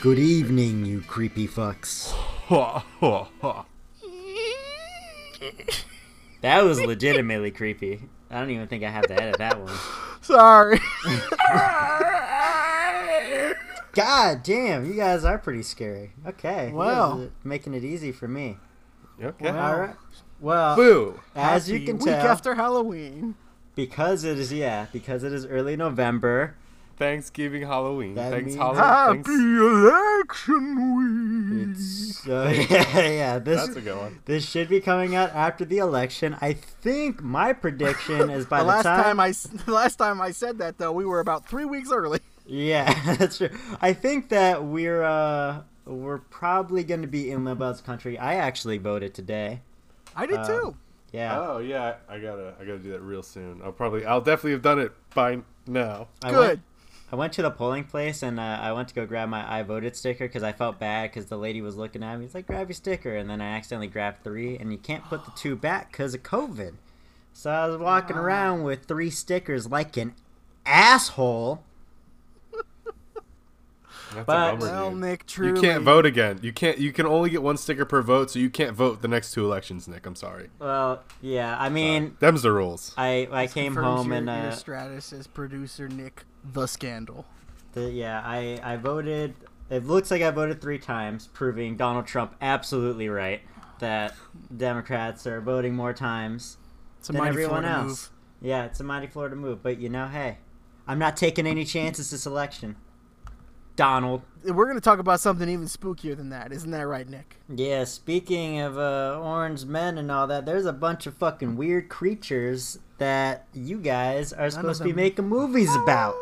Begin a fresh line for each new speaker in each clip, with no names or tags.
Good evening, you creepy fucks.
Ha ha ha.
That was legitimately creepy. I don't even think I have to edit that one.
Sorry.
God damn, you guys are pretty scary. Okay. you guys
Wow.
are Making it easy for me.
okay.
Wow.
All right. Well,
Boo.
as you
Happy
can
week
tell,
after Halloween.
because it is yeah, because it is early November.
Thanksgiving, Halloween.
That
Thanks,
means-
Halloween. Thanks.
election
It's uh, yeah, yeah. This
That's a good one.
this should be coming out after the election. I think my prediction is by
The
the,
last time I s- the last time I said that though, we were about three weeks early.
Yeah, that's true. I think that we're uh we're probably going to be in Limbo's country. I actually voted today.
I did
Uh,
too.
Yeah.
Oh yeah, I gotta, I gotta do that real soon. I'll probably, I'll definitely have done it by now.
I went-
Good.
I went to the polling place and uh, I went to go grab my I voted sticker because I felt bad because the lady was looking at me. It's like, grab your sticker. And then I accidentally grabbed three, and you can't put the two back because of COVID. So I was walking around with three stickers like an asshole.
That's
But-
a bummer,
Well,
dude.
Nick, truly,
You can't vote again. You can't. You can only get one sticker per vote, so you can't vote the next two elections, Nick. I'm sorry.
Well, yeah, I mean,
Them's the rules.
I, I came
confirms
home
your,
and.
your
Uh,
Stratus as producer Nick the Scandal.
The, yeah, I, I voted. It looks like I voted three times, proving Donald Trump absolutely right that Democrats are voting more times
It's a
than
mighty
everyone
Florida
else. Yeah, it's a mighty Florida move, but you know, hey, I'm not taking any chances this election. Donald.
move. We're going to talk about something even spookier than that, isn't that right, Nick?
Yeah, speaking of uh, orange men and all that, there's a bunch of fucking weird creatures that you guys are supposed to be
them.
making movies about.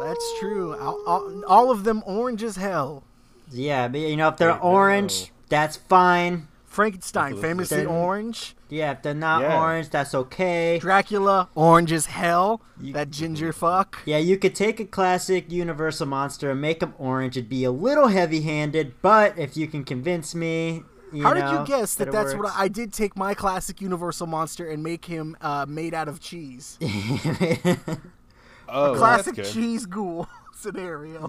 That's true. All, all, all of them orange as hell.
Yeah, but you know, if they're
Wait, no.
orange, that's fine.
Frankenstein,
Nicholas
famously
Cage.
orange.
Yeah, if they're not
Yeah.
orange, that's okay.
Dracula, orange as hell.
You-
that ginger fuck.
Yeah, you could take a classic Universal monster and make them orange. It'd be a little heavy-handed, but if you can convince me, you
How did
know,
you guess that,
it
that's what
works.
I, I did? Take my classic Universal monster and make him uh, made out of cheese.
oh,
classic
that's good.
cheese ghoul scenario.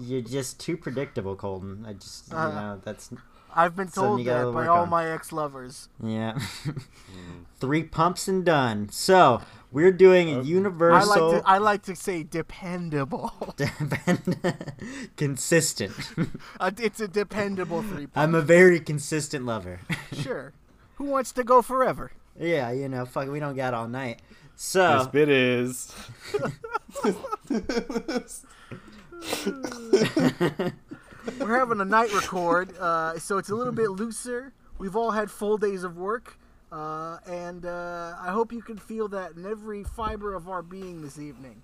You're just too predictable, Colton. I just,
Uh,
you know, that's
I've been
Something you
told
gotta
that by
work
all
on.
my ex lovers.
yeah. Three pumps and done. So we're doing a
Uh, I
Universal.
like to I like to say dependable.
consistent.
Uh, it's a dependable three.
I'm a very consistent lover.
Sure. Who wants to go forever?
yeah, you know, fuck, we don't got all night. So
This bit is.
We're having a night record, uh, so it's a little bit looser. We've all had full days of work, uh, and uh, I hope you can feel that in every fiber of our being this evening.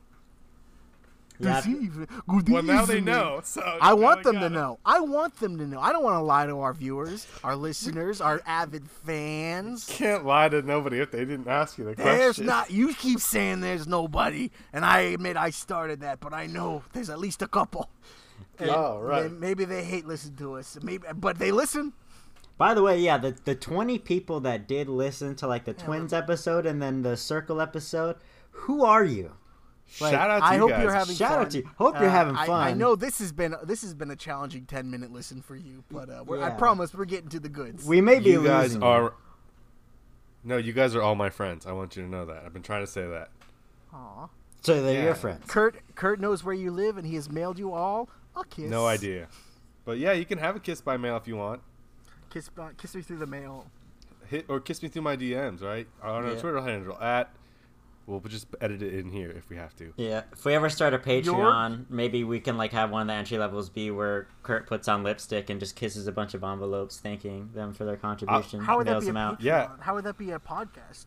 yeah,
This evening. Good evening.
So
I want them to know. I want them to know. I don't want to lie to our viewers, our listeners, our avid fans.
Can't lie to nobody if they didn't ask you the question.
There's not. You keep saying there's nobody, and I admit I started that, but I know there's at least a couple.
Oh, right.
They- maybe they hate listening to us. Maybe, but they listen.
By the way, yeah, the the twenty people that did listen to like the twins episode and then the circle episode, who are you? Like,
Shout out to
I
you
hope
guys.
you're having
Shout
fun.
out to you. Hope you're
Uh,
having
I- I,
fun.
know this has been this has been a challenging ten minute listen for you, but uh, we're, I
Yeah.
promise we're getting to the goods.
We may be
You guys
losing
are. No, you guys are all my friends. I want you to know that. I've been trying to say that.
Aw.
so they're
Yeah.
your friends.
Kurt Kurt knows where you live, and he has mailed you all a kiss.
No idea. But yeah, you can have a kiss by mail if you want.
Kiss uh, kiss me through the mail.
Hit or kiss me through my DMs, right? On our
Yeah.
Twitter handle at. We'll just edit it in here if we have to.
Yeah. If we ever start a Patreon, maybe we can like have one of the entry levels be where Kurt puts on lipstick and just kisses a bunch of envelopes, thanking them for their contribution.
Uh, How would that
mails
be a
them out.
Patreon?
Yeah.
How would that be a podcast?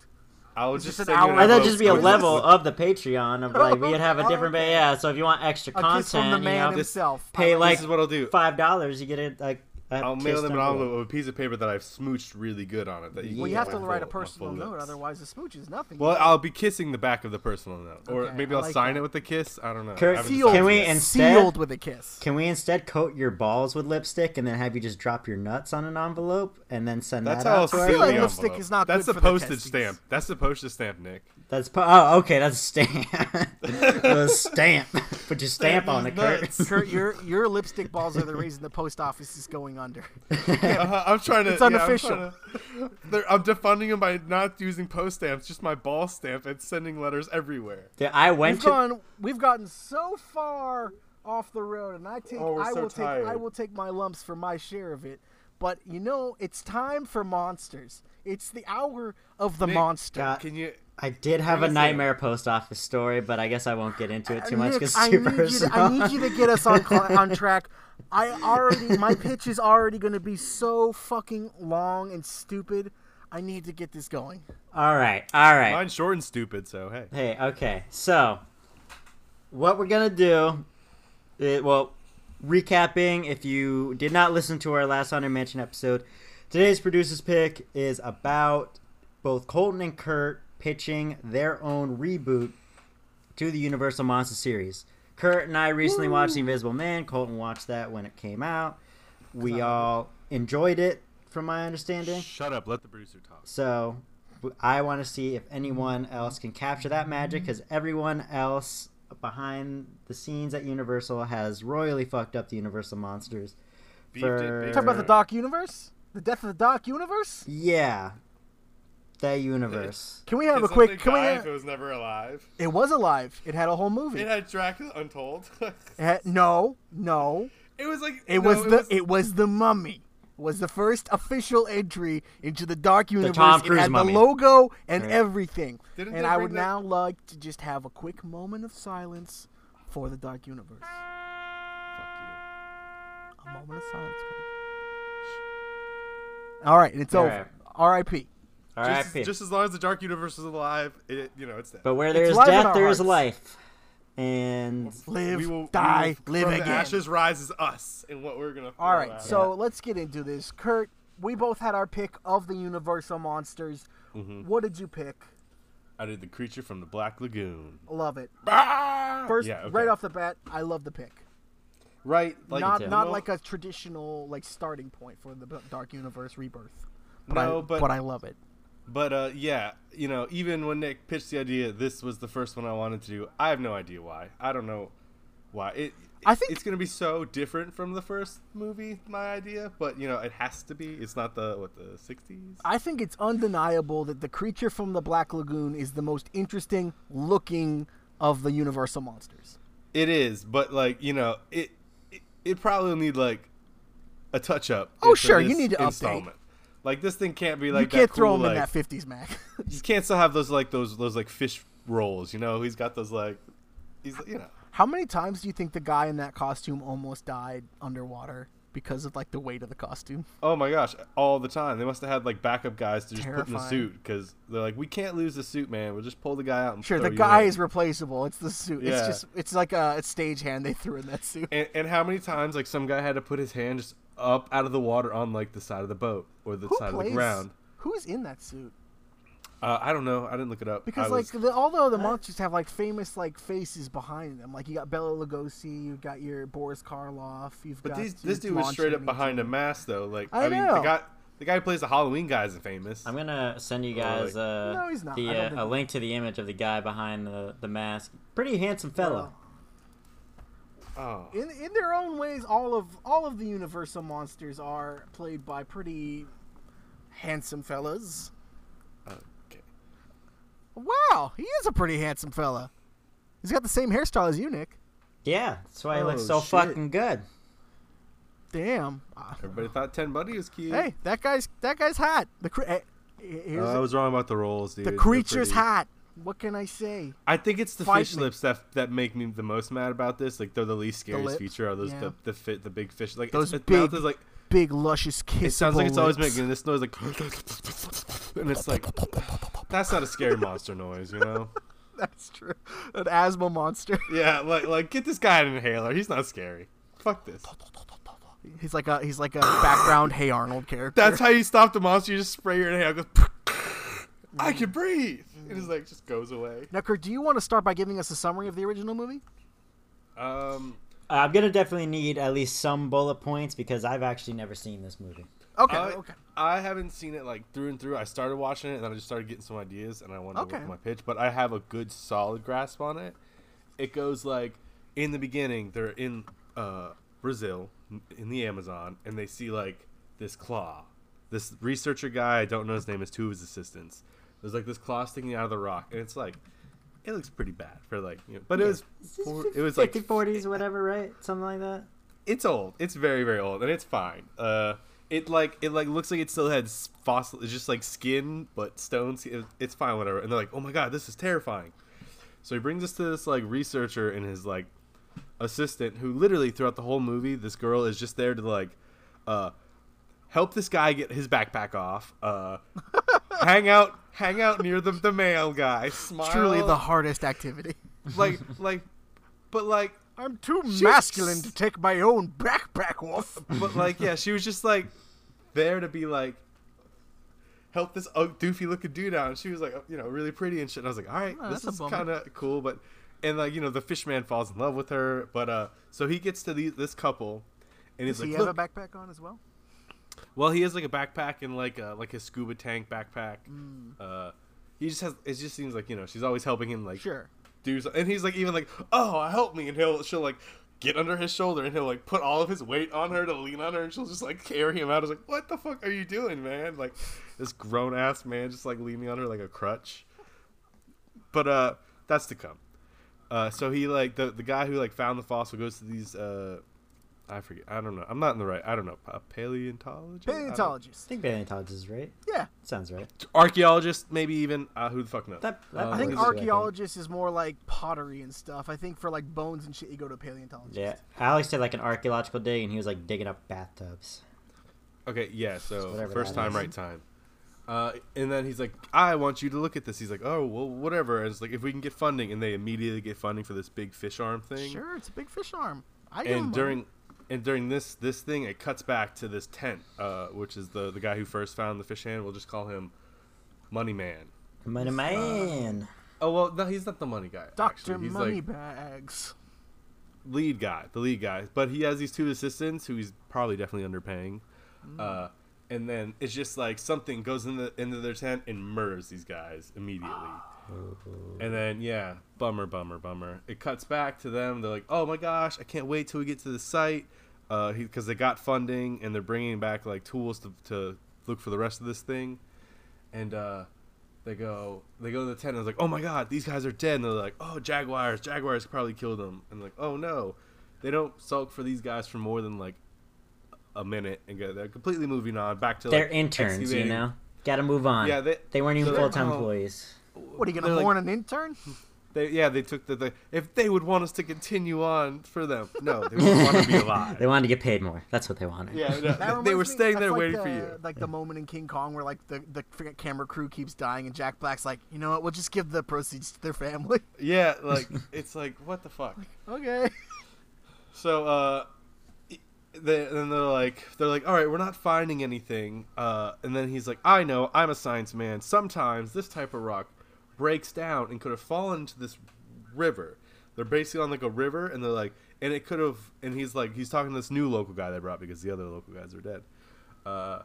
I'll
It's
just
just
send
an
you
hour.
an
Or
I
that'd
envelope.
thought
just be a
Oh,
level of the Patreon of like we'd have a
Oh,
different,
okay.
yeah. So if you want extra
A
content,
kiss from the
you
man
know,
himself.
pay,
I
like-
This is what I'll do.
five dollars, you get it like. a
I'll mail
kissed
them an
envelope.
envelope of a piece of paper that I've smooched really good on it. That you
Well,
can
you
Yeah.
get
have
my
to write
full-
a
my full
personal note,
lips.
otherwise the smooch is nothing.
Well, I'll be kissing the back of the personal note, or
Okay,
maybe
I
I'll
like
sign
that.
it with a kiss. I don't know. I
Kurt,
haven't
Sealed.
decided
Can we
yet.
instead-
sealed with a kiss?
Can we instead coat your balls with lipstick and then have you just drop your nuts on an envelope and then send
That's
that
how I'll
out to
seal
our
feel like
the
lipstick
envelope.
is not
That's
good
the
for the
postage
testes.
stamp. That's the postage stamp, Nick.
That's po- oh okay. That's a stamp. a stamp. Put your stamp on it, Kurt.
Nuts.
Kurt, your your lipstick balls are the reason the post office is going under.
Uh-huh, I'm trying to.
It's
yeah, I'm
unofficial.
trying to- they're- I'm, defunding them by not using post stamps, just my ball stamp and sending letters everywhere.
Dude, I went
We've
to
gone. We've gotten so far off the road, and I take.
Oh, we're
I
so
will take. I
tired.
will take my lumps for my share of it. But you know, it's time for monsters. It's the hour of the monster.
God.
Can you?
I did have a
Bring us in.
nightmare post office story, but I guess I won't get into it too much
Nick,
because
I
it's too
need you to,
personal.
I need you to get us on cl- on track. I already my pitch is already going to be so fucking long and stupid. I need to get this going.
all right, all right.
Mine's short and stupid, so hey.
Hey, okay. So, what we're gonna do? It, well, recapping. If you did not listen to our last Haunted Mansion episode, today's producer's pick is about both Colton and Kurt pitching their own reboot to the Universal Monster series. Kurt and I recently watched The Invisible Man. Colton watched that when it came out. We all enjoyed it, from my understanding.
Shut up. Let the producer talk.
So w- I want to see if anyone else can capture that magic because everyone else behind the scenes at Universal has royally fucked up the Universal monsters.
Beefed it
For-
big
Talk about the
time.
Doc Universe, the death of the Doc Universe.
Yeah, that universe.
Can we have a
Doesn't
quick?
it
Can we?
die
ha-
if it was never alive.
it was alive. It had a whole movie.
It had Dracula Untold.
It had- Eh, no, no.
it was like
It
no,
was the. It was the Mummy. Was the first official entry into the Dark Universe.
Tom Cruise
it had
Mummy.
the logo and
Right.
everything.
Didn't
and
they
I
bring
would
the-
now like to just have a quick moment of silence for the Dark Universe.
Fuck
A moment of silence. Kurt. All right, and it's
All
over. R.I.P.
All
you.
right,
Just, just as long as the Dark Universe is alive, it you know it's dead.
but where
It's
there is
live in
death,
our
there is
hearts.
life. And
Live,
we will
die,
we will-
live
from
again.
The ashes rises us, and what we're gonna.
All
throw
right,
out.
so let's get into this. Kurt, we both had our pick of the Universal monsters.
Mm-hmm.
What did you pick?
I did the creature from the Black Lagoon.
Love it. First,
First,
right off the bat, I love the pick.
right, like,
not
too.
not
No.
like a traditional like starting point for the Dark Universe Rebirth. But
No,
I,
but-
I love it.
But uh, yeah, you know, even when Nick pitched the idea, this was the first one I wanted to do. I have no idea why. I don't know why. It.
I think-
it's going to be so different from the first movie. My idea, but you know, it has to be. It's not the what the '60s.
I think it's undeniable that the creature from the Black Lagoon is the most interesting looking of the Universal monsters.
It is, but like you know, it it, it probably will need like a touch up.
Oh,
for
sure, you
this
need to update.
Like this thing can't be like
you can't
that
throw
cool,
him in
like-
that '50s Mac.
You can't still have those like those those like fish rolls. You know, he's got those like he's you know.
How many times do you think the guy in that costume almost died underwater because of like the weight of the costume?
Oh my gosh, all the time. They must have had like backup guys to just put in the
Terrifying.
suit because they're like, we can't lose the suit, man. We'll just pull the guy out. And
Sure,
throw
the
you
guy
in."
is replaceable. It's the suit. It's
Oh, Yeah.
just it's like a, a stagehand they threw in that suit.
And, and how many times like some guy had to put his hand just up out of the water on like the side of the boat or the
Who
side of
plays?
the ground?
Who's in that suit?
Uh, I don't know. I didn't look it up.
Because
I was- Eh?
like the, all the other monsters have like famous like faces behind them. Like you got Bela Lugosi, you've got your Boris Karloff, you've
But
got
these,
your
this dude was straight
Jumanji.
up behind a mask, though. Like,
I
I, mean,
know.
the guy, the guy who plays the Halloween guy isn't famous.
I'm gonna send you guys uh,
Oh, No, he's not.
the
I don't think
uh, a
he-
link to the image of the guy behind the the mask. Pretty handsome fellow.
oh,
In in their own ways, all of all of the Universal monsters are played by pretty handsome fellas.
okay.
Wow, he is a pretty handsome fella. He's got the same hairstyle as you, Nick.
Yeah, that's why he
Oh,
looks so
shit.
fucking good.
Damn. Uh,
Everybody thought Ten Buddy was cute.
Hey, that guy's that guy's hot. The cre- eh, here's
Uh, I was wrong about the rolls, dude.
the
They're
creature's
pretty-
hot. What can I say?
I think it's the
Fight
fish
me.
lips that that make me the most mad about this. Like, they're the least scariest
lips,
feature. Are those
yeah.
the the fit the big fish? Like,
Those
it's, its
big
mouth is like
Big luscious kiss.
it sounds like it's always making this noise, like, and it's like that's not a scary monster noise, you know?
That's true. An asthma monster.
Yeah, like like get this guy an inhaler. He's not scary. Fuck this.
He's like a he's like a background Hey Arnold character.
That's how you stop the monster. You just spray your inhaler. Goes, I can breathe. It is like just goes away.
now, Kurt, do you want to start by giving us a summary of the original movie?
Um,
I'm gonna definitely need at least some bullet points because I've actually never seen this movie.
Okay,
I,
okay.
I haven't seen it like through and through. I started watching it and then I just started getting some ideas and I wanted to
Okay.
work on my pitch, but I have a good solid grasp on it. It goes like in the beginning, they're in uh, Brazil in the Amazon and they see like this claw. This researcher guy, I don't know his name, is two of his assistants. There's like this claw sticking out of the rock and it's like it looks pretty bad for like, you know, but it was four- it was like
50, 40s, whatever, right? Something like that.
it's old. It's very very old, and it's fine. Uh, it like it like looks like it still had s- fossil. It's just like skin, but stones. It, it's fine, whatever. And they're like, oh my god, this is terrifying. So he brings us to this like researcher and his like assistant, who literally throughout the whole movie, this girl is just there to like, uh, help this guy get his backpack off. Uh, hang out, hang out near the the male guy. Smile.
Truly the hardest activity.
like like, but like
I'm too
masculine to
take my own backpack off.
but like yeah she was just like there to be like help this uh, doofy looking dude out and she was like you know really pretty and shit and i was like all right
Oh,
this
that's a
is
bummer.
kind of cool but and like you know the fish man falls in love with her but uh so he gets to the, this couple and he's
Does he
like
have
Look,
a backpack on as well?
well he has like a backpack and like a like a scuba tank backpack
Mm.
uh he just has it just seems like you know she's always helping him like
Sure.
do something. And he's like, even like, oh, help me. And he'll, she'll like get under his shoulder and he'll like put all of his weight on her to lean on her and she'll just like carry him out. It's like, what the fuck are you doing, man? Like this grown ass man just like leaning on her like a crutch. But, uh, that's to come. Uh, so he like the the guy who like found the fossil goes to these uh, I forget I don't know I'm not in the right I don't know a paleontologist I don't-
I
Paleontologist.
think paleontologist, right?
Yeah.
Sounds right.
archaeologist maybe even uh, who the fuck knows
That, that
I think
works,
archaeologist is more like pottery and stuff. I think for like bones and shit, you go to a paleontologist.
Yeah, Alex did like an archaeological dig, and he was like digging up bathtubs.
Okay, yeah, so
Whatever
first
that
time,
is.
right time. Uh, and then he's like, I want you to look at this. He's like, oh, well, whatever. And it's like, if we can get funding. And they immediately get funding for this big fish arm thing.
Sure, it's a big fish arm. I give him
And
money.
during and during this this thing, it cuts back to this tent, uh, which is the, the guy who first found the fish hand. We'll just call him Money Man. uh,
Money man.
Oh, well, no, he's not the money guy.
Doctor
actually. He's like
Moneybags.
lead guy, the lead guy. But he has these two assistants who he's probably definitely underpaying. Uh, and then it's just like something goes in the into their tent and murders these guys immediately. And then yeah, bummer, bummer, bummer. It cuts back to them. They're like, oh my gosh, I can't wait till we get to the site, because they got funding and they're bringing back like tools to to look for the rest of this thing. And uh, they go they go to the tent and it's like, oh my god, these guys are dead. And they're like, oh jaguars, jaguars probably killed them. And like, oh no, they don't sulk for these guys for more than like a minute and go. They're completely moving on back to
They're
like,
interns, you
excavating.
know. Got to move on.
Yeah, they-
weren't even
so they're-
full time
oh.
employees.
What are you
They're
gonna
like-
warn an intern?
They, yeah, they took the, the if they would want us to continue on for them. No, they would want to be alive.
They wanted to get paid more. That's what they wanted.
yeah,
That
no, they- they
reminds
were
me-
staying
that's
there
like
waiting
the,
for you.
Like the moment in King Kong where like the, the freaking camera crew keeps dying and Jack Black's like, you know what? We'll just give the proceeds to their family.
Yeah, like it's like what the fuck.
okay.
So uh they, then they're like they're like all right we're not finding anything uh, and then he's like i know i'm a science man sometimes this type of rock breaks down and could have fallen into this river they're basically on like a river and they're like and it could have and he's like he's talking to this new local guy they brought because the other local guys are dead uh,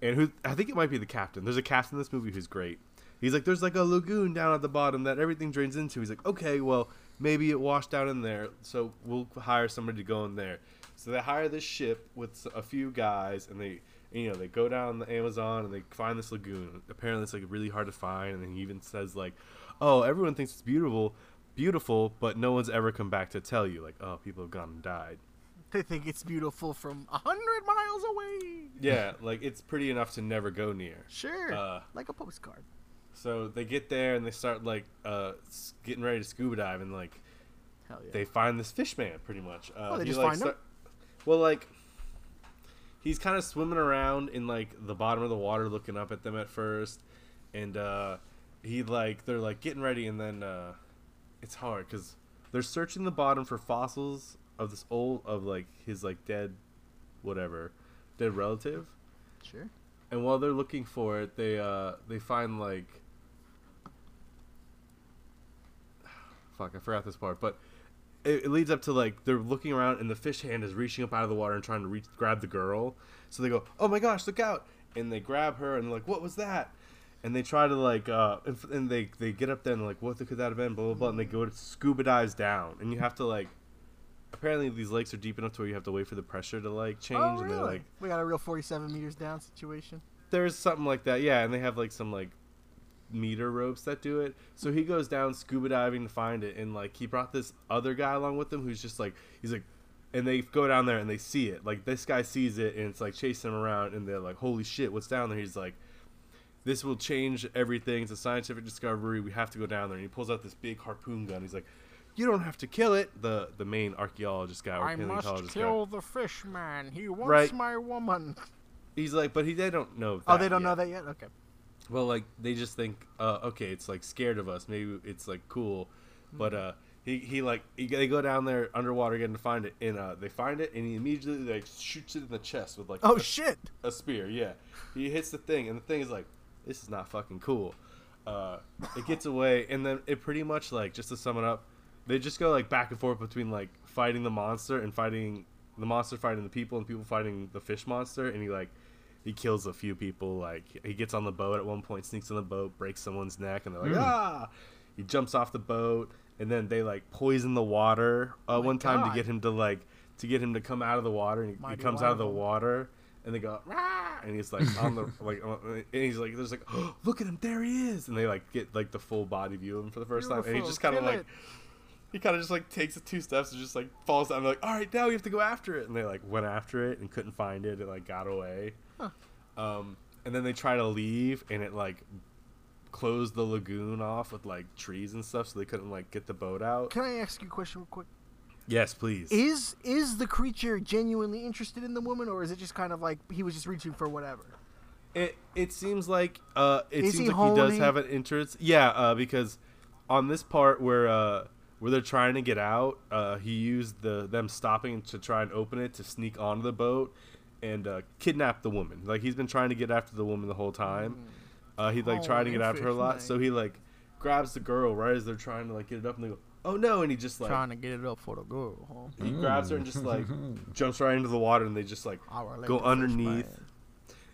and who i think it might be the captain there's a captain in this movie who's great he's like there's like a lagoon down at the bottom that everything drains into he's like okay well maybe it washed out in there so we'll hire somebody to go in there so they hire this ship with a few guys, and they, you know, they go down the Amazon and they find this lagoon. Apparently, it's like really hard to find. And he even says like, "Oh, everyone thinks it's beautiful, beautiful, but no one's ever come back to tell you like, oh, people have gone and died."
They think it's beautiful from a hundred miles away.
Yeah, like it's pretty enough to never go near.
Sure.
Uh,
like a postcard.
So they get there and they start like uh, s- getting ready to scuba dive, and like
Hell yeah.
they find this fish man pretty much. Uh,
Oh, they
he,
just
like,
find him?
Well, like he's kind of swimming around in like the bottom of the water, looking up at them at first, and uh, he like they're like getting ready, and then uh, it's hard because they're searching the bottom for fossils of this old of like his like dead, whatever, dead relative
sure.
and while they're looking for it, they uh they find like fuck, I forgot this part, but it, it leads up to like they're looking around and the fish hand is reaching up out of the water and trying to reach grab the girl. So they go, "Oh my gosh, look out!" And they grab her and they're like, "What was that?" And they try to like, uh, and, f- and they they get up there and like, "What the, could that have been?" Blah blah blah. And they go to scuba dives down, and you have to like. Apparently, these lakes are deep enough to where you have to wait for the pressure to like change,
Oh,
and they're
really?
like,
we got a real 47 meters down situation.
there's something like that yeah and they have like some like meter ropes that do it so he goes down scuba diving to find it and like he brought this other guy along with him who's just like he's like and they go down there and they see it like this guy sees it and it's like chasing him around and they're like holy shit what's down there he's like this will change everything it's a scientific discovery we have to go down there and he pulls out this big harpoon gun he's like you don't have to kill it the the main archaeologist guy or paleontologist guy
the fish man. He wants
Right.
my woman.
he's like but he they don't know
Oh, they don't
yet.
know that yet. Okay.
Well, like they just think, uh, okay, it's like scared of us. Maybe it's like cool, but uh, he he like he, they go down there underwater again to find it, and uh, they find it, and he immediately like shoots it in the chest with like
Oh
a,
shit!
a spear. Yeah, he hits the thing, and the thing is like, this is not fucking cool. Uh, it gets away, and then it pretty much like just to sum it up, they just go like back and forth between like fighting the monster and fighting the monster fighting the people and people fighting the fish monster, and he like he kills a few people. Like he gets on the boat at one point, sneaks on the boat, breaks someone's neck, and they're like,
Mm.
ah! He jumps off the boat, and then they like poison the water uh, one time
God.
to get him to like to get him to come out of the water, and he, he
Mighty
comes out of the
Wyvern.
water, and they go Rah! and he's like on the like, on- and he's like, there's like, oh, look at him, there he is, and they like get like the full body view of him for the first time, and he
Beautiful,
just kind of
kill
like.
it.
He kind of just like takes it two steps and just like falls down. They're like, all right, now we have to go after it. And they like went after it and couldn't find it. It like got away. Um, and then they try to leave, and it like closed the lagoon off with like trees and stuff, so they couldn't like get the boat out.
Can I ask you a question real quick?
Yes, please.
Is is the creature genuinely interested in the woman, or is it just kind of like he was just reaching for whatever?
It it seems like uh, it
Is
seems
he
like he does
holding-
have an interest. Yeah, uh, because on this part where uh, where they're trying to get out, uh, he used the them stopping to try and open it to sneak onto the boat and uh, kidnap the woman. Like he's been trying to get after the woman the whole
Mm.
time. Uh, he like tried to
Holy
get after her a
fish,
lot,
mate.
so he like grabs the girl right as they're trying to like get it up, and they go, "Oh no!" And he just like
to get it up for the girl. Huh?
he grabs her and just like jumps right into the water, and they just like
I relate
go
to fish,
underneath.
man.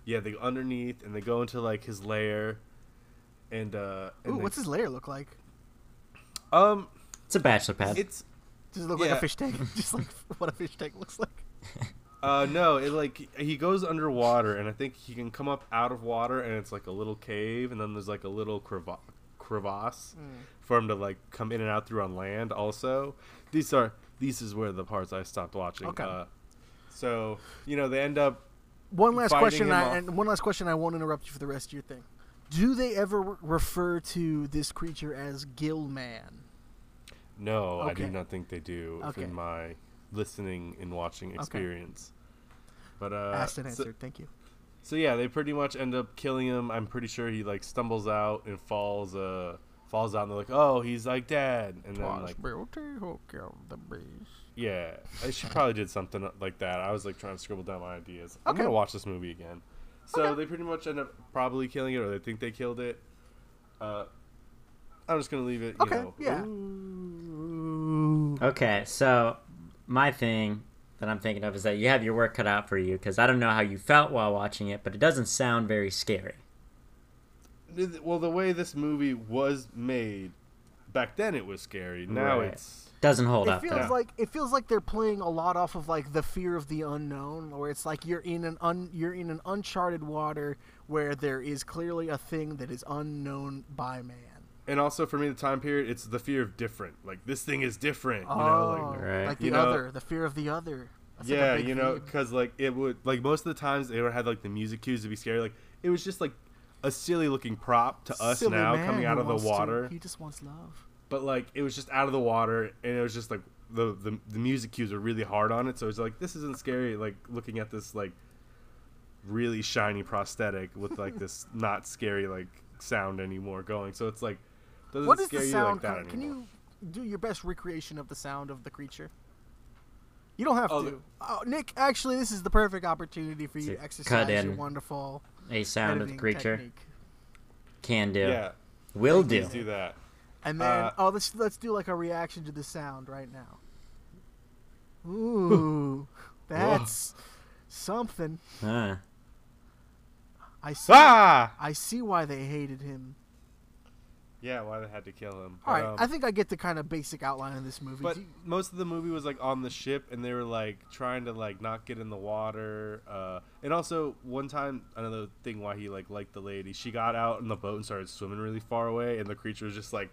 Yeah, they go underneath and they go into like his lair, and uh, and
Ooh,
they-
what's his lair look like?
um,
It's a bachelor pad.
it's
Does it look like
Yeah.
a fish tank? just like what a fish tank looks like.
uh, no, it like he goes underwater, and I think he can come up out of water, and it's like a little cave, and then there's like a little creva- crevasse
Hmm.
for him to like come in and out through on land. Also, these are these is where the parts I stopped watching.
Okay.
Uh, so you know they end up
One last
Fighting
question,
him
I,
off.
and one last question. I won't interrupt you for the rest of your thing. Do they ever re- refer to this creature as Gillman?
No, I do
Okay.
not think they do
Okay.
in my listening and watching experience. But uh
Asked and
so,
answered. Thank you.
so yeah, they pretty much end up killing him. I'm pretty sure he like stumbles out and falls uh falls out and they're like, "Oh, he's like dead." And then like yeah, I- she probably did something like that. I was like trying to scribble down my ideas. I'm
Okay.
going to watch this movie again. So
Okay.
they pretty much end up probably killing it or they think they killed it. Uh I'm just going to leave it, you
Okay,
know.
yeah.
Ooh.
Okay, so my thing that I'm thinking of is that you have your work cut out for you because I don't know how you felt while watching it, but it doesn't sound very scary.
well the way this movie was made back then it was scary now
Right.
it's
Doesn't hold
It
up.
feels
Though.
like it feels like they're playing a lot off of like the fear of the unknown, where it's like you're in an un, you're in an uncharted water where there is clearly a thing that is unknown by man.
and also for me the time period it's the fear of different like this thing is different you
oh,
know like
Right.
like the
You know-
other, the fear of the other. That's like a
yeah
big
you know
theme.
because like it would like most of the times they would have like the music cues to be scary like it was just like a silly looking prop to us
Silly
now
man
coming
who
out of the
wants to-
water
he just wants love.
but like it was just out of the water and it was just like the, the the music cues were really hard on it so it's like this isn't scary like looking at this like really shiny prosthetic with like this not scary like sound anymore going so it's like doesn't
What is
scare
the
you like
sound?
that
kind- can
anymore.
you do your best recreation of the sound of the creature? You don't have
Oh,
to.
the-
Oh, Nick, actually, this is the perfect opportunity for you
To
to
cut
exercise your
in
wonderful
A sound of the
editing
creature
technique.
can do.
yeah,
Will do.
please do that
And then,
Uh,
oh, let's let's do like a reaction to the sound right now. Ooh, that's something.
Huh.
I see.
Ah!
I see why they hated him.
Yeah, why they had to kill him.
All right,
Um,
I think I get the kind of basic outline of this movie.
But
Do you-
most of the movie was like on the ship, and they were like trying to like not get in the water. Uh, and also one time, another thing why he like liked the lady, she got out in the boat and started swimming really far away, and the creature was just like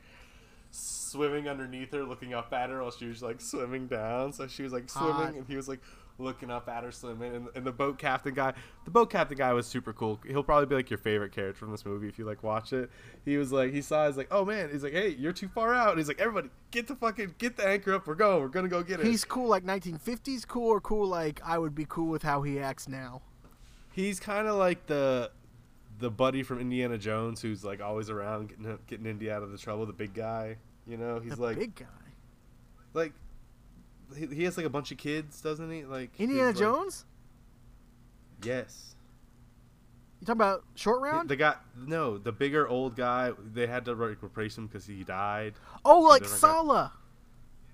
swimming underneath her, looking up at her while she was like swimming down. So she was like swimming,
Hot.
and he was like looking up at her swimming. And, and the boat captain guy, the boat captain guy was super cool. He'll probably be like your favorite character from this movie if you like watch it. He was like, he saw, he's like, oh man, he's like, hey, you're too far out. And he's like, everybody, get the fucking get the anchor up. We're going. We're gonna go get it.
he's cool like 1950s cool, or cool like I would be cool with how he acts now.
he's kind of like the the buddy from Indiana Jones who's like always around getting getting Indy out of the trouble. The big guy, you know, he's
the
like
big guy.
like. He he has like a bunch of kids, doesn't he? Like
Indiana
he's, like-
Jones?
yes.
You talking about Short Round?
The guy, no, the bigger old guy. They had to like, replace him because he died.
oh, like
different guy.
Sala.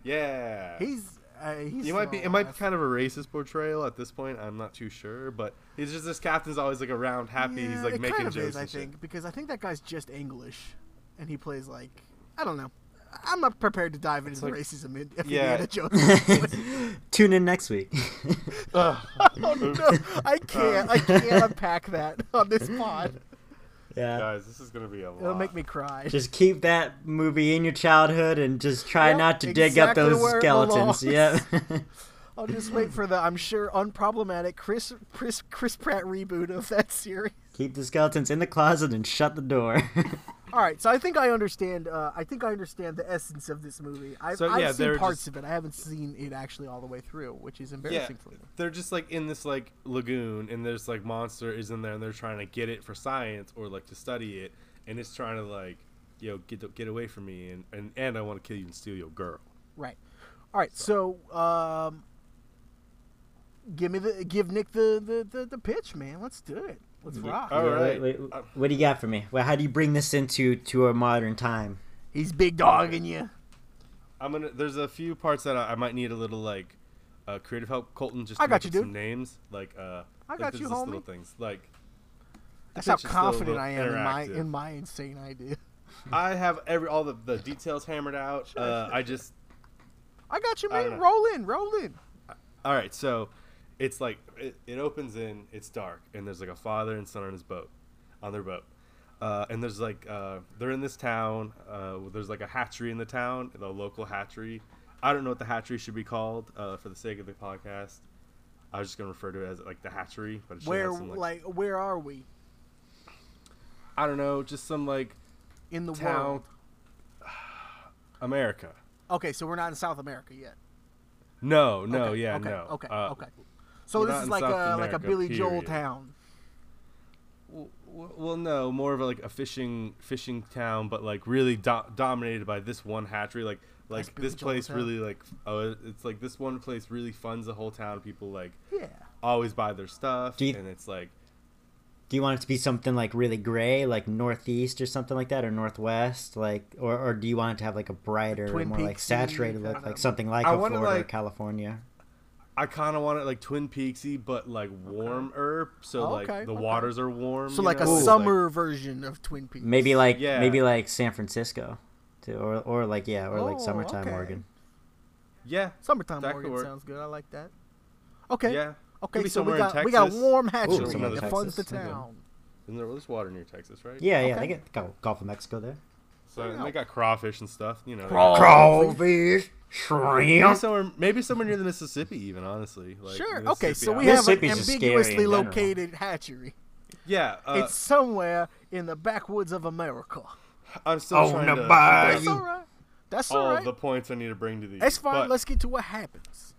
Yeah,
He's. Uh, he's
He might be.
still
It might be
alive.
kind of a racist portrayal at this point. I'm not too sure, but he's just this captain's always like around happy. he's
Yeah,
like
it
making
kind of
jokes.
Is, I
and shit.
think because I think that guy's just English, and he plays like I don't know. I'm not prepared to dive into the
like-
racism in of
Yeah.
Indiana Jones.
Tune in next week.
Ugh.
no, I can't. I
Um.
can't unpack that on this pod.
yeah.
Guys, this is gonna be a lot.
It'll make me cry.
Just keep that movie in your childhood and just try
Yep,
not to dig up
exactly
those
where it belongs.
skeletons. Yeah.
I'll just wait for the I'm sure unproblematic Chris Chris Chris Pratt reboot of that series.
keep the skeletons in the closet and shut the door.
All right, so I think I understand. Uh, I think I understand the essence of this movie. I've,
So, yeah,
I've seen
they're
parts
just-
of it. I haven't seen it actually all the way through, which is
Yeah,
embarrassing for me.
they're just like in this like lagoon, and there's like monster is in there, and they're trying to get it for science or like to study it, and it's trying to like, yo, get get away from me, and and, and I want to kill you and steal your girl.
Right. All right. So, um, give me the give Nick the the, the, the pitch, man. Let's do it. Let's rock.
All
Yeah,
right. Uh,
wait, wait, what do you got for me? Well, how do you bring this into to our modern time?
He's big dogging you.
I'm gonna. There's a few parts that I, I might need a little like uh, creative help. Colton, just
I
to
got
make
you,
up Some
dude.
names like uh,
I
like,
got
there's
you,
this Little
homie.
things like
That's
pitch
how
is still a
confident
little
I am in my
interactive.
in my insane idea.
I have every all the, the details hammered out. uh, I just
I got you,
I don't
man.
know.
Roll in, roll in.
all right. So it's like it, it opens in. It's dark and there's like a father and son on his boat, on their boat. Uh, and there's like uh, they're in this town. Uh, there's like a hatchery in the town, the local hatchery. I don't know what the hatchery should be called uh, for the sake of the podcast. I was just gonna refer to it as like the hatchery, but it should
Where
have some,
like, where are we
I don't know, just some like
in the
town,
world?
America.
Okay, so we're not in South America yet.
No, no,
okay,
yeah,
okay,
no.
Okay,
Uh,
okay. So
we're
this
not
is
in
like
South
a like a
America,
Billy Joel
period.
town.
w- w- Well, no, more of a, like a fishing fishing town, but like really do- dominated by this one hatchery. Like
That's
like
Billy
this
Joel
place
town.
really like oh, it's like this one place really funds the whole town. People like
Yeah.
always buy their stuff,
Do you-
and it's like
Do you want it to be something like really gray, like northeast or something like that, or northwest, like, or, or do you want it to have like a brighter,
Twin
more like
Peaksy
saturated
kind
look,
of-
like something like
I
a
wanna,
Florida or
like-
California?
I kind of want it like Twin Peaksy, but like warmer. So
Oh,
like
okay,
the
okay.
waters are warm. you
So like a
know? It's,
summer version of Twin Peaks.
Maybe like
Yeah.
maybe like San Francisco, to, or or like yeah, or
Oh,
like summertime
okay.
Oregon.
yeah,
Summertime
That could
Oregon
work.
sounds good. I like that. Okay.
yeah.
Okay,
Could be
so we
somewhere in
got we got a
Texas.
warm
Ooh,
hatchery
somewhere in
that funds the
Texas. Okay.
town.
Isn't there, well, there's water near Texas, right?
Yeah, yeah,
Okay.
they get Gul- Gulf of Mexico there.
So
Yeah.
and they got crawfish and stuff. You know, they got-
Crawfish, shrimp.
Maybe somewhere, maybe somewhere near the Mississippi, even honestly. Like,
sure.
the
Okay,
Mississippi
so we
Out-
have an
Mississippi's just scary
ambiguously
in general.
located hatchery.
yeah. Uh,
it's somewhere in the backwoods of America.
I'm still
on
trying
the
to
bayou.
That's
figure out
all right. That's all
all
right.
the points I need to bring to these.
That's fine.
But-
Let's get to what happens.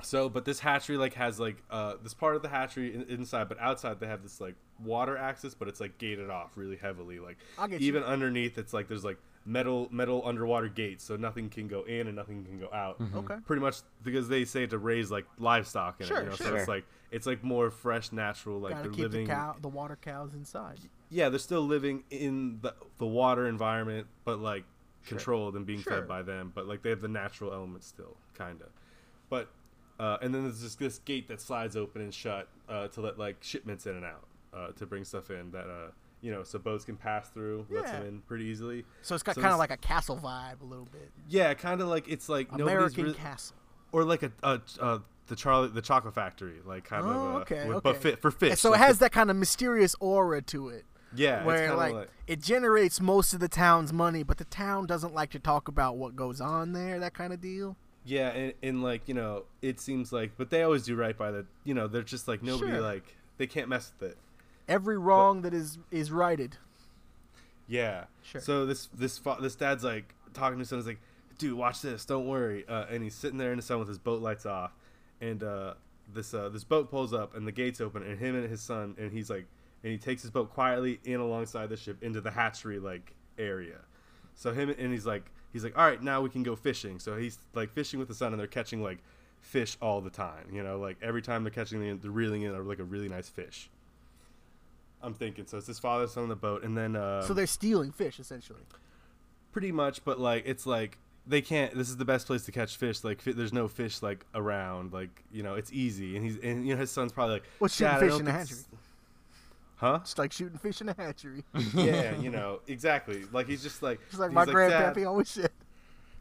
so, but this hatchery like has like uh, this part of the hatchery in, inside, but outside they have this like water access, but it's like gated off really heavily. Like
I get you.
even underneath, it's like there's like metal metal underwater gates, so nothing can go in and nothing can go out.
Mm-hmm.
Okay.
Pretty much because they say to raise like livestock in
Sure,
it. You know? So
sure.
it's like it's like more fresh, natural. Like
Gotta
they're
keep
living.
the cow, the water cows inside.
yeah, they're still living in the the water environment, but like controlled and being
Sure.
fed by them. But like they have the natural element still, kind of. But Uh, and then there's just this gate that slides open and shut uh, to let like shipments in and out uh, to bring stuff in that uh, you know so boats can pass through, let
Yeah.
them in pretty easily.
So it's got
So
kind of
it's-
like a castle vibe a little bit.
Yeah, kind of like it's like nobody's
American
really-
castle.
or like a, a uh, the Charlie the Chocolate Factory, like kind of
Oh,
uh,
okay,
with-
okay.
but fit for fish.
And so it
like
has that kind of mysterious aura to it.
the- yeah, it's
where
kinda
like, it generates most of the town's money, but the town doesn't like to talk about what goes on there, that kind of deal.
Yeah, and, and like you know, it seems like, but they always do right by the. You know, they're just like nobody
Sure.
like they can't mess with it.
Every wrong that is is righted.
Yeah.
Sure.
So this this fa- this dad's like talking to his son. He's like, "Dude, watch this. Don't worry." Uh, and he's sitting there in the sun with his boat lights off, and uh, this uh, this boat pulls up and the gates open, and him and his son, and he's like, and he takes his boat quietly in alongside the ship into the hatchery like area. So him and he's like, he's like, "All right, now we can go fishing." So he's like fishing with the son, and they're catching like fish all the time. You know, like every time they're catching, the- they're reeling in like a really nice fish. I'm thinking. So it's his father, son on the boat, and then uh,
so they're stealing fish essentially.
pretty much but like it's like they can't this is the best place to catch fish like fi- there's no fish like around like you know it's easy and he's and you know his son's probably like
Well, shooting
"Dad, I
fish
don't
in a
think it's- huh
It's like shooting fish in a hatchery. It's
yeah you know exactly like he's just like
like
he's
my
"Dad-"
grandpappy always said.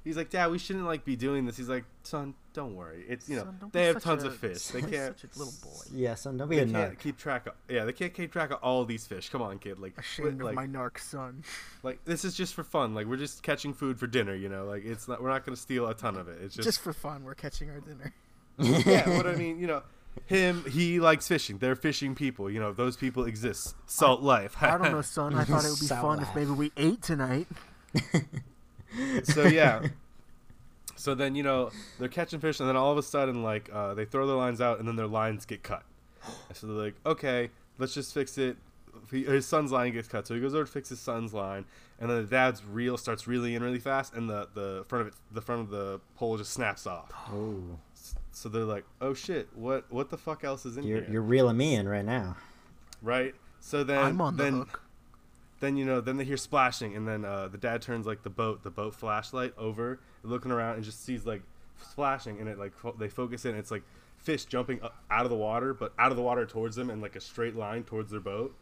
he's like dad we shouldn't like be doing this he's like son don't worry it's you know
Son, don't be
they have
such
tons
a-
of fish they can't
Such a little boy.
Yeah, son, don't be
they
a
can't
narc.
keep track of yeah they can't keep track of all these fish come on kid like
Ashamed
like,
of my narc son.
like this is just for fun like we're just catching food for dinner you know like it's not we're not gonna steal a ton of it it's
Just, for fun, we're catching our dinner.
yeah, what I mean, you know, him, he likes fishing. They're fishing people. You know, those people exist. Salt life.
I don't know, son. I thought it would be
Sour
fun
laugh.
if maybe we ate tonight.
so yeah. So then you know they're catching fish, and then all of a sudden, like uh, they throw their lines out, and then their lines get cut. So they're like, okay, let's just fix it. He- His son's line gets cut, so he goes over to fix his son's line, and then the dad's reel starts reeling in really fast, and the, the front of it, the front of the pole just snaps off.
Oh,
So they're like, oh shit, what what the fuck else is in
you're
here?
you're reeling me in right now.
right? So then
I'm on the
then
hook.
then you know then they hear splashing and then uh, the dad turns like the boat the boat flashlight over looking around and just sees like splashing and it like fo- they focus in and it's like fish jumping up out of the water but out of the water towards them in like a straight line towards their boat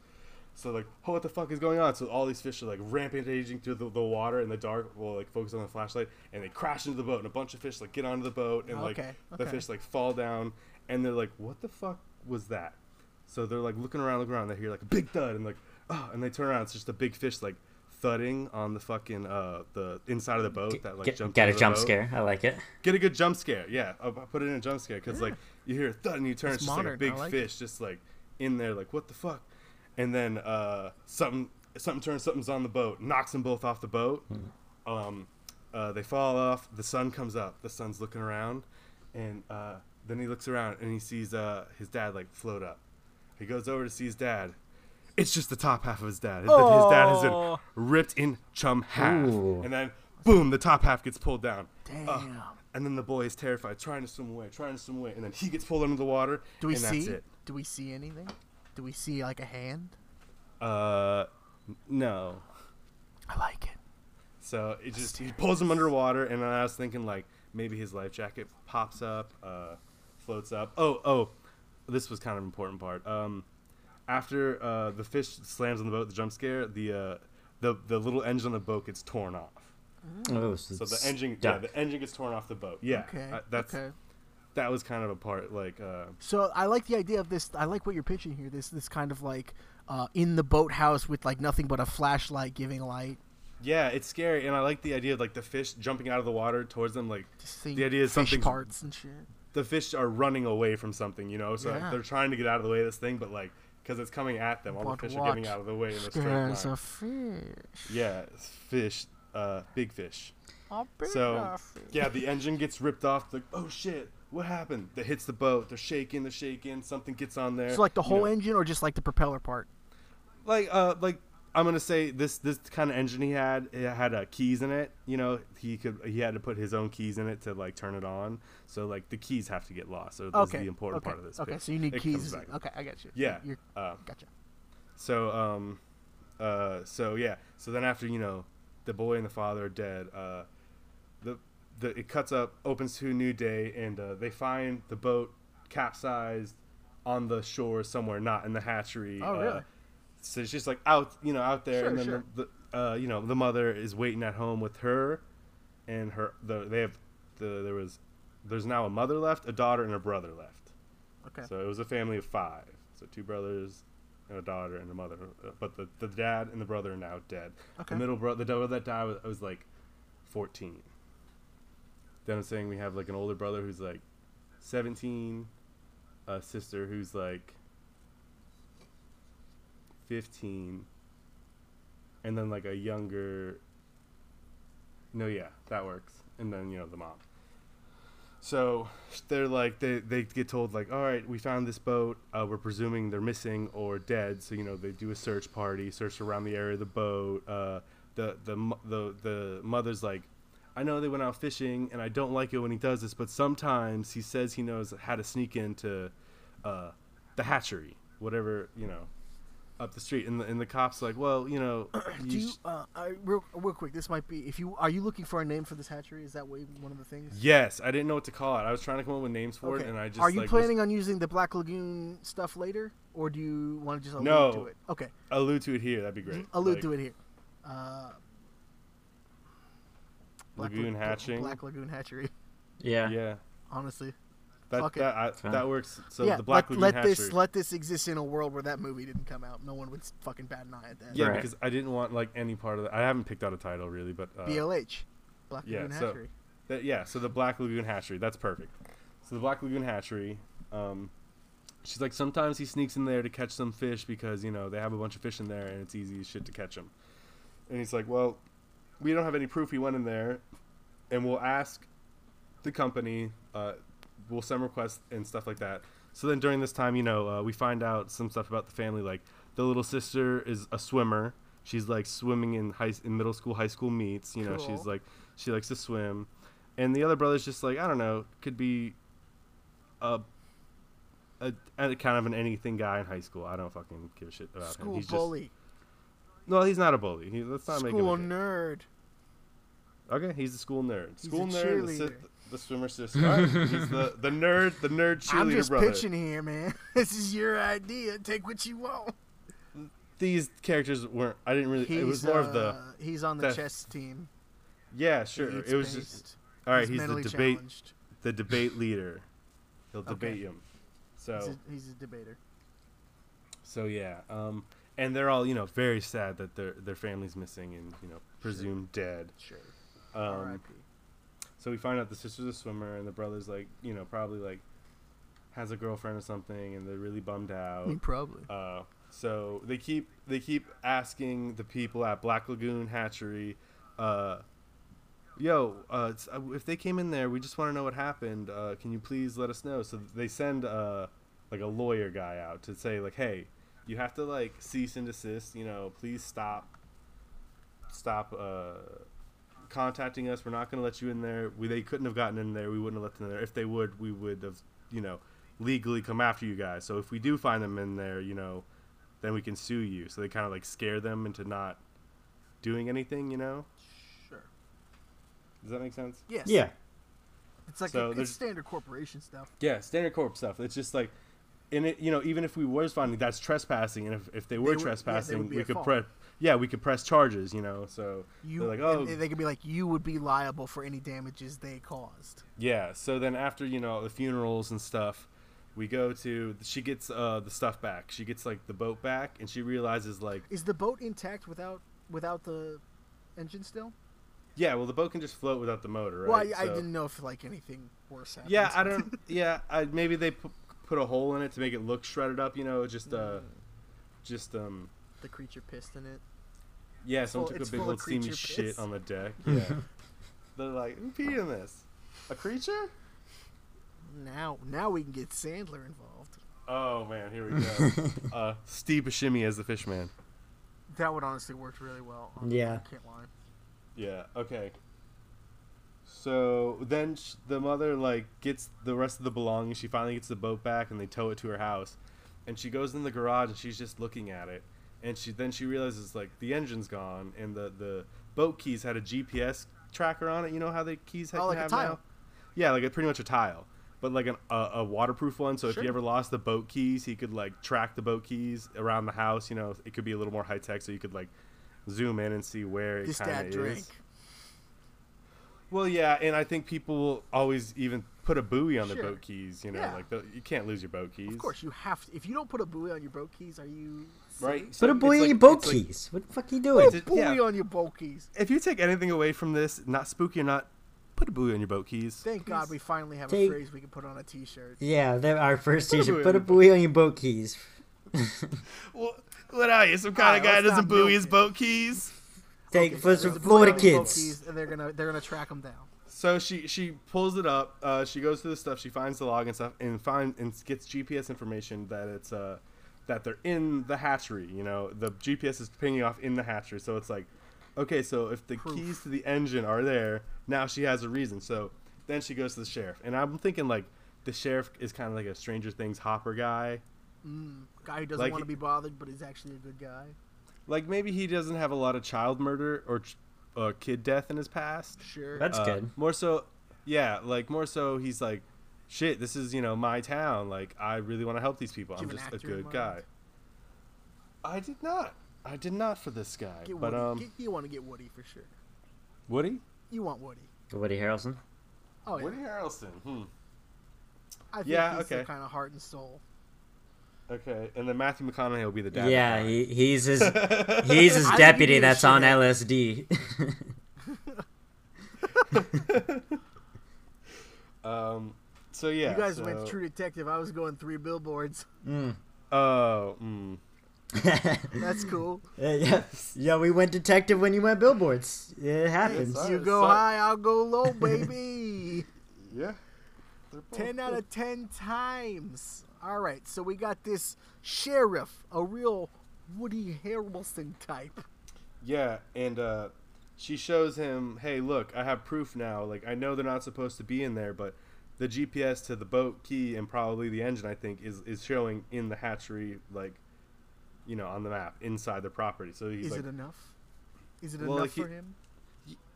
so like oh what the fuck is going on so all these fish are like rampaging through the, the water in the dark will like focus on the flashlight and they crash into the boat and a bunch of fish like get onto the boat and like
Okay,
the
okay.
fish like fall down and they're like what the fuck was that so they're like looking around, looking around. They hear like a big thud, and like, oh, and they turn around. It's just a big fish like thudding on the fucking uh the inside of the boat that like
Get-
jumped
got a
into the
jump
boat.
scare. I like it.
Get a good jump scare. Yeah, I'll I'll put it in a jump scare because like you hear a thud and you turn. It's,
It's
just like a
modern.
big
I like
fish just like in there. Like what the fuck? And then uh something something turns. Something's on the boat. Knocks them both off the boat.
Hmm.
Um, uh, they fall off. The sun comes up. The sun's looking around, and uh, then he looks around and he sees uh, his dad like float up. He goes over to see his dad. It's just the top half of his dad. His, his dad has been
Aw.
ripped in chum half,
Ooh.
and then boom, the top half gets pulled down. Uh,
Damn.
Ugh. and then the boy is terrified, trying to swim away, trying to swim away, and then he gets pulled under the water.
Do we
and
see?
That's
Do we see anything? Do we see like a hand?
it. Uh, n- no.
I like it.
So it just he pulls him underwater, and I was thinking like maybe his life jacket pops up, uh, floats up. Oh, oh, this was kind of an important part. Um, after uh, the fish slams on the boat, the jump scare, the uh, the the little engine on the boat gets torn off.
Oh, so,
So the
it's
engine, yeah,
stuck.
the engine gets torn off the boat. Yeah,
Okay.
uh, that's
okay.
that was kind of a part like uh,
So I like the idea of this. I like what you're pitching here. This this kind of like uh, in the boathouse with like nothing but a flashlight giving light.
yeah, it's scary, and I like the idea of like the fish jumping out of the water towards them, like
Just seeing
The idea is
fish
something's-
parts and shit.
the fish are running away from something, you know. So like,
Yeah.
they're trying to get out of the way of this thing, but like because it's coming at them, all
But
the fish are
what
getting out of the way in a straight line.
There's a fish.
Yeah, it's fish, uh, big fish.
A big
So
ass fish.
yeah, the engine gets ripped off. Like oh shit, what happened? That hits the boat. They're shaking. They're shaking. Something gets on there.
So like the
you
whole
know.
engine or just like the propeller part?
like uh like I'm gonna say this this kind of engine he had it had uh, keys in it. You know he could he had to put his own keys in it to like turn it on. So like the keys have to get lost. So that's
Okay.
the important
okay.
part of this.
Okay.
bit.
So you need
It comes
keys.
back.
Okay, I got you.
Yeah.
You're,
Uh,
gotcha.
so um, uh, so yeah. So then after you know, the boy and the father are dead. Uh, the the, it cuts up, opens to a new day, and uh, they find the boat capsized on the shore somewhere, not in the hatchery.
Oh,
uh,
really?
so she's just like out, you know, out there,
Sure,
and then
sure.
the, the uh, you know the mother is waiting at home with her, and her the, they have the there was there's now a mother left, a daughter, and a brother left.
Okay.
So it was a family of five. So two brothers and a daughter and a mother. Uh, But the, the dad and the brother are now dead.
Okay.
The middle brother, the brother that died was, was like 14. Then I'm saying we have like an older brother who's like 17, a sister who's like 15, and then like a younger. No, yeah, that works. And then, you know, the mom. So they're like they, they get told like all right we found this boat uh, we're presuming they're missing or dead so you know they do a search party search around the area of the boat uh, the, the mo- the the mother's like I know they went out fishing and I don't like it when he does this but sometimes he says he knows how to sneak into uh, the hatchery whatever you know up the street and the, and the cops like well you know
Do you,
sh-
uh, I, real, real quick, this might be if you are you looking for a name for this hatchery? Is that way one of the things?
yes I didn't know what to call it I was trying to come up with names for
Okay.
it and I just
are you
like, was-
planning on using the Black Lagoon stuff later, or do you want to just allude
No.
to it? Okay,
allude to it here that'd be great
allude
Like,
to it here. Uh, Black
Lagoon
Lag-
hatching.
Black Lagoon hatchery.
Yeah.
yeah.
Honestly,
That
Fuck it.
that, I,
Fine.
that works. So
yeah.
the Black
let,
Lagoon
let
hatchery.
this let this exist in a world where that movie didn't come out. No one would s- fucking bat an eye at that.
yeah,
Right.
because I didn't want like any part of that. I haven't picked out a title really, but uh,
BLH, Black
yeah,
Lagoon
so-
hatchery.
that- yeah. So the Black Lagoon hatchery. That's perfect. So the Black Lagoon hatchery. Um, she's like sometimes he sneaks in there to catch some fish because you know they have a bunch of fish in there and it's easy as shit to catch them. And he's like, well, we don't have any proof he went in there, and we'll ask the company. Uh, we'll send requests and stuff like that. So then during this time, you know, uh, we find out some stuff about the family. Like the little sister is a swimmer. She's like swimming in high in middle school, high school meets. You know,
Cool.
she's like she likes to swim, and the other brother's just like I don't know, could be a a, a kind of an anything guy in high school. I don't fucking give a shit about him.
School
He's
bully,
Just, no, he's not a bully. He, let's not make him.
school
a dick.
nerd.
Okay, he's the school nerd.
He's
School
a
nerd, and the,
cheerleader.
si- the swimmer sister. All right, he's the, the nerd, the nerd cheerleader
I'm just
brother.
pitching here, man. This is your idea. Take what you want.
These characters weren't. I didn't really.
He's,
it was more of the.
uh, he's on the
the-
chess team.
Yeah,
He
sure.
eats
It was
paste.
just. All right, he's, the
mentally
debate,
challenged.
the debate leader. He'll
Okay.
debate him. So
He's, a, he's a debater.
So yeah, um, and they're all you know very sad that their their family's missing and you know presumed dead.
Sure.
Um,
R.I.P.
So we find out the sister's a swimmer and the brother's like you know probably like has a girlfriend or something and they're really bummed out.
probably.
Uh, so they keep they keep asking the people at Black Lagoon Hatchery, uh, "Yo, uh, it's- uh, if they came in there, we just want to know what happened. Uh, can you please let us know?" So they send uh, like a lawyer guy out to say like, "Hey, you have to like cease and desist. You know, please stop, stop." Uh, contacting us we're not going to let you in there we, they couldn't have gotten in there we wouldn't have let them in there if they would we would have you know legally come after you guys. So if we do find them in there, you know, then we can sue you. So they kind of like scare them into not doing anything, you know?
Sure.
Does that make sense?
Yes.
Yeah.
It's like
So
a,
there's-
it's standard corporation stuff.
Yeah, standard corp stuff. It's just like and it, you know, even if we was finding that's trespassing and if, if they were
would- yeah, they would
trespassing,
be
we
at
could
fault.
press yeah, we could press charges, you know. So
You
they're like,
and
"Oh,
they could be like, you would be liable for any damages they caused.
Yeah. So then after you know the funerals and stuff, we go to she gets uh, the stuff back. She gets like the boat back, and she realizes like
Is the boat intact without without the engine still?
yeah, well the boat can just float without the motor, right?
well, I, I
So-
didn't know if like anything worse happened.
Yeah, I don't. Yeah, I, maybe they pu- put a hole in it to make it look shredded up. You know, just
Mm.
uh, just um,
the creature pissed in it.
yeah. Someone
full-
took
it's
a big
full of
old steamy
creature piss.
shit on the deck. Yeah, they're like, who peed in this? A creature?
Now, now we can get Sandler involved.
Oh man, here we go. uh, Steve Buscemi as the fish man.
That would honestly work really well.
Yeah.
I can't lie.
Yeah. Okay. So then sh- the mother like gets the rest of the belongings. She finally gets the boat back, and they tow it to her house. And she goes in the garage, and she's just looking at it. And she then she realizes like the engine's gone, and the the boat keys had a GPS tracker on it. You know how the keys ha-
Oh, like a
have
tile.
now? Yeah, like a, pretty much a tile, but like an, a, a waterproof one. So if
Sure.
you ever lost the boat keys, he could like track the boat keys around the house. You know, it could be a little more high tech, so you could like zoom in and see where it
This
kind
that
of
drink.
is. Well, yeah, and I think people will always even put a buoy on their
Sure.
boat keys. You know,
Yeah.
like the, you can't lose your boat keys.
Of course, you have to. If you don't put a buoy on your boat keys, are you
right?
Put
So
a
it's
boy
like-
in your boat
it's like-
keys. what the fuck you
Put
doing?
a
Did-
buoy
yeah.
on your boat keys.
if you take anything away from this, not spooky or not, put a buoy on your boat keys.
Thank God we finally have
Take-
a phrase we can put on a T-shirt.
Yeah, that our first
Put a
teacher.
buoy
Put
on
a
your
buoy on your boat keys.
Well, what are you, some kind
Alright,
of guy
let's
that doesn't
not
buoy
milk
his
it.
boat keys?
Take for
There's
some
a buoy
Florida
on your boat
kids.
keys, and they're gonna they're gonna track them down.
So she she pulls it up. Uh, she goes through the stuff. She finds the log and stuff, and find and gets GPS information that it's uh that they're in the hatchery. You know, the GPS is pinging off in the hatchery. So it's like, okay, so if the
Proof.
keys to the engine are there, now she has a reason. So then she goes to the sheriff, and I'm thinking like the sheriff is kind of like a Stranger Things Hopper guy.
Guy who doesn't
Like
want to
he-
be bothered, but is actually a good guy.
Like maybe he doesn't have a lot of child murder or ch- uh, kid death in his past.
Sure.
That's
Uh,
good.
More so, yeah, like more so, he's like, shit, this is you know my town. Like I really want to help these people.
Did
I'm
you have an
just a
actor
good
in mind?
guy. I did not. I did not for this guy.
Get
but
Woody.
um,
Get- you want to get Woody for sure.
Woody.
You want Woody.
Woody Harrelson.
Oh yeah.
Woody Harrelson. Hmm.
I think
Yeah,
he's the
okay.
kind of heart and soul.
Okay, and then Matthew McConaughey will be the dad.
Yeah,
He-
he, he's his he's his
I think
deputy
he'd be a
that's on
shithead.
LSD.
um. So yeah.
you guys
so,
went True Detective. I was going three billboards.
Mm.
Oh. mm.
That's cool.
yeah, yeah, we went detective when you went billboards. It happens.
Yes,
you go
so-
high, I'll go low, baby.
Yeah.
10 out of 10 times. All right, so we got this sheriff, a real Woody Harrelson type.
Yeah, and uh, she shows him, "Hey, look, I have proof now. Like, I know they're not supposed to be in there, but the GPS to the boat key and probably the engine, I think, is is showing in the hatchery, like, you know, on the map inside the property." So he's
Is
like,
it enough? Is it
Well,
enough
like he-
for him?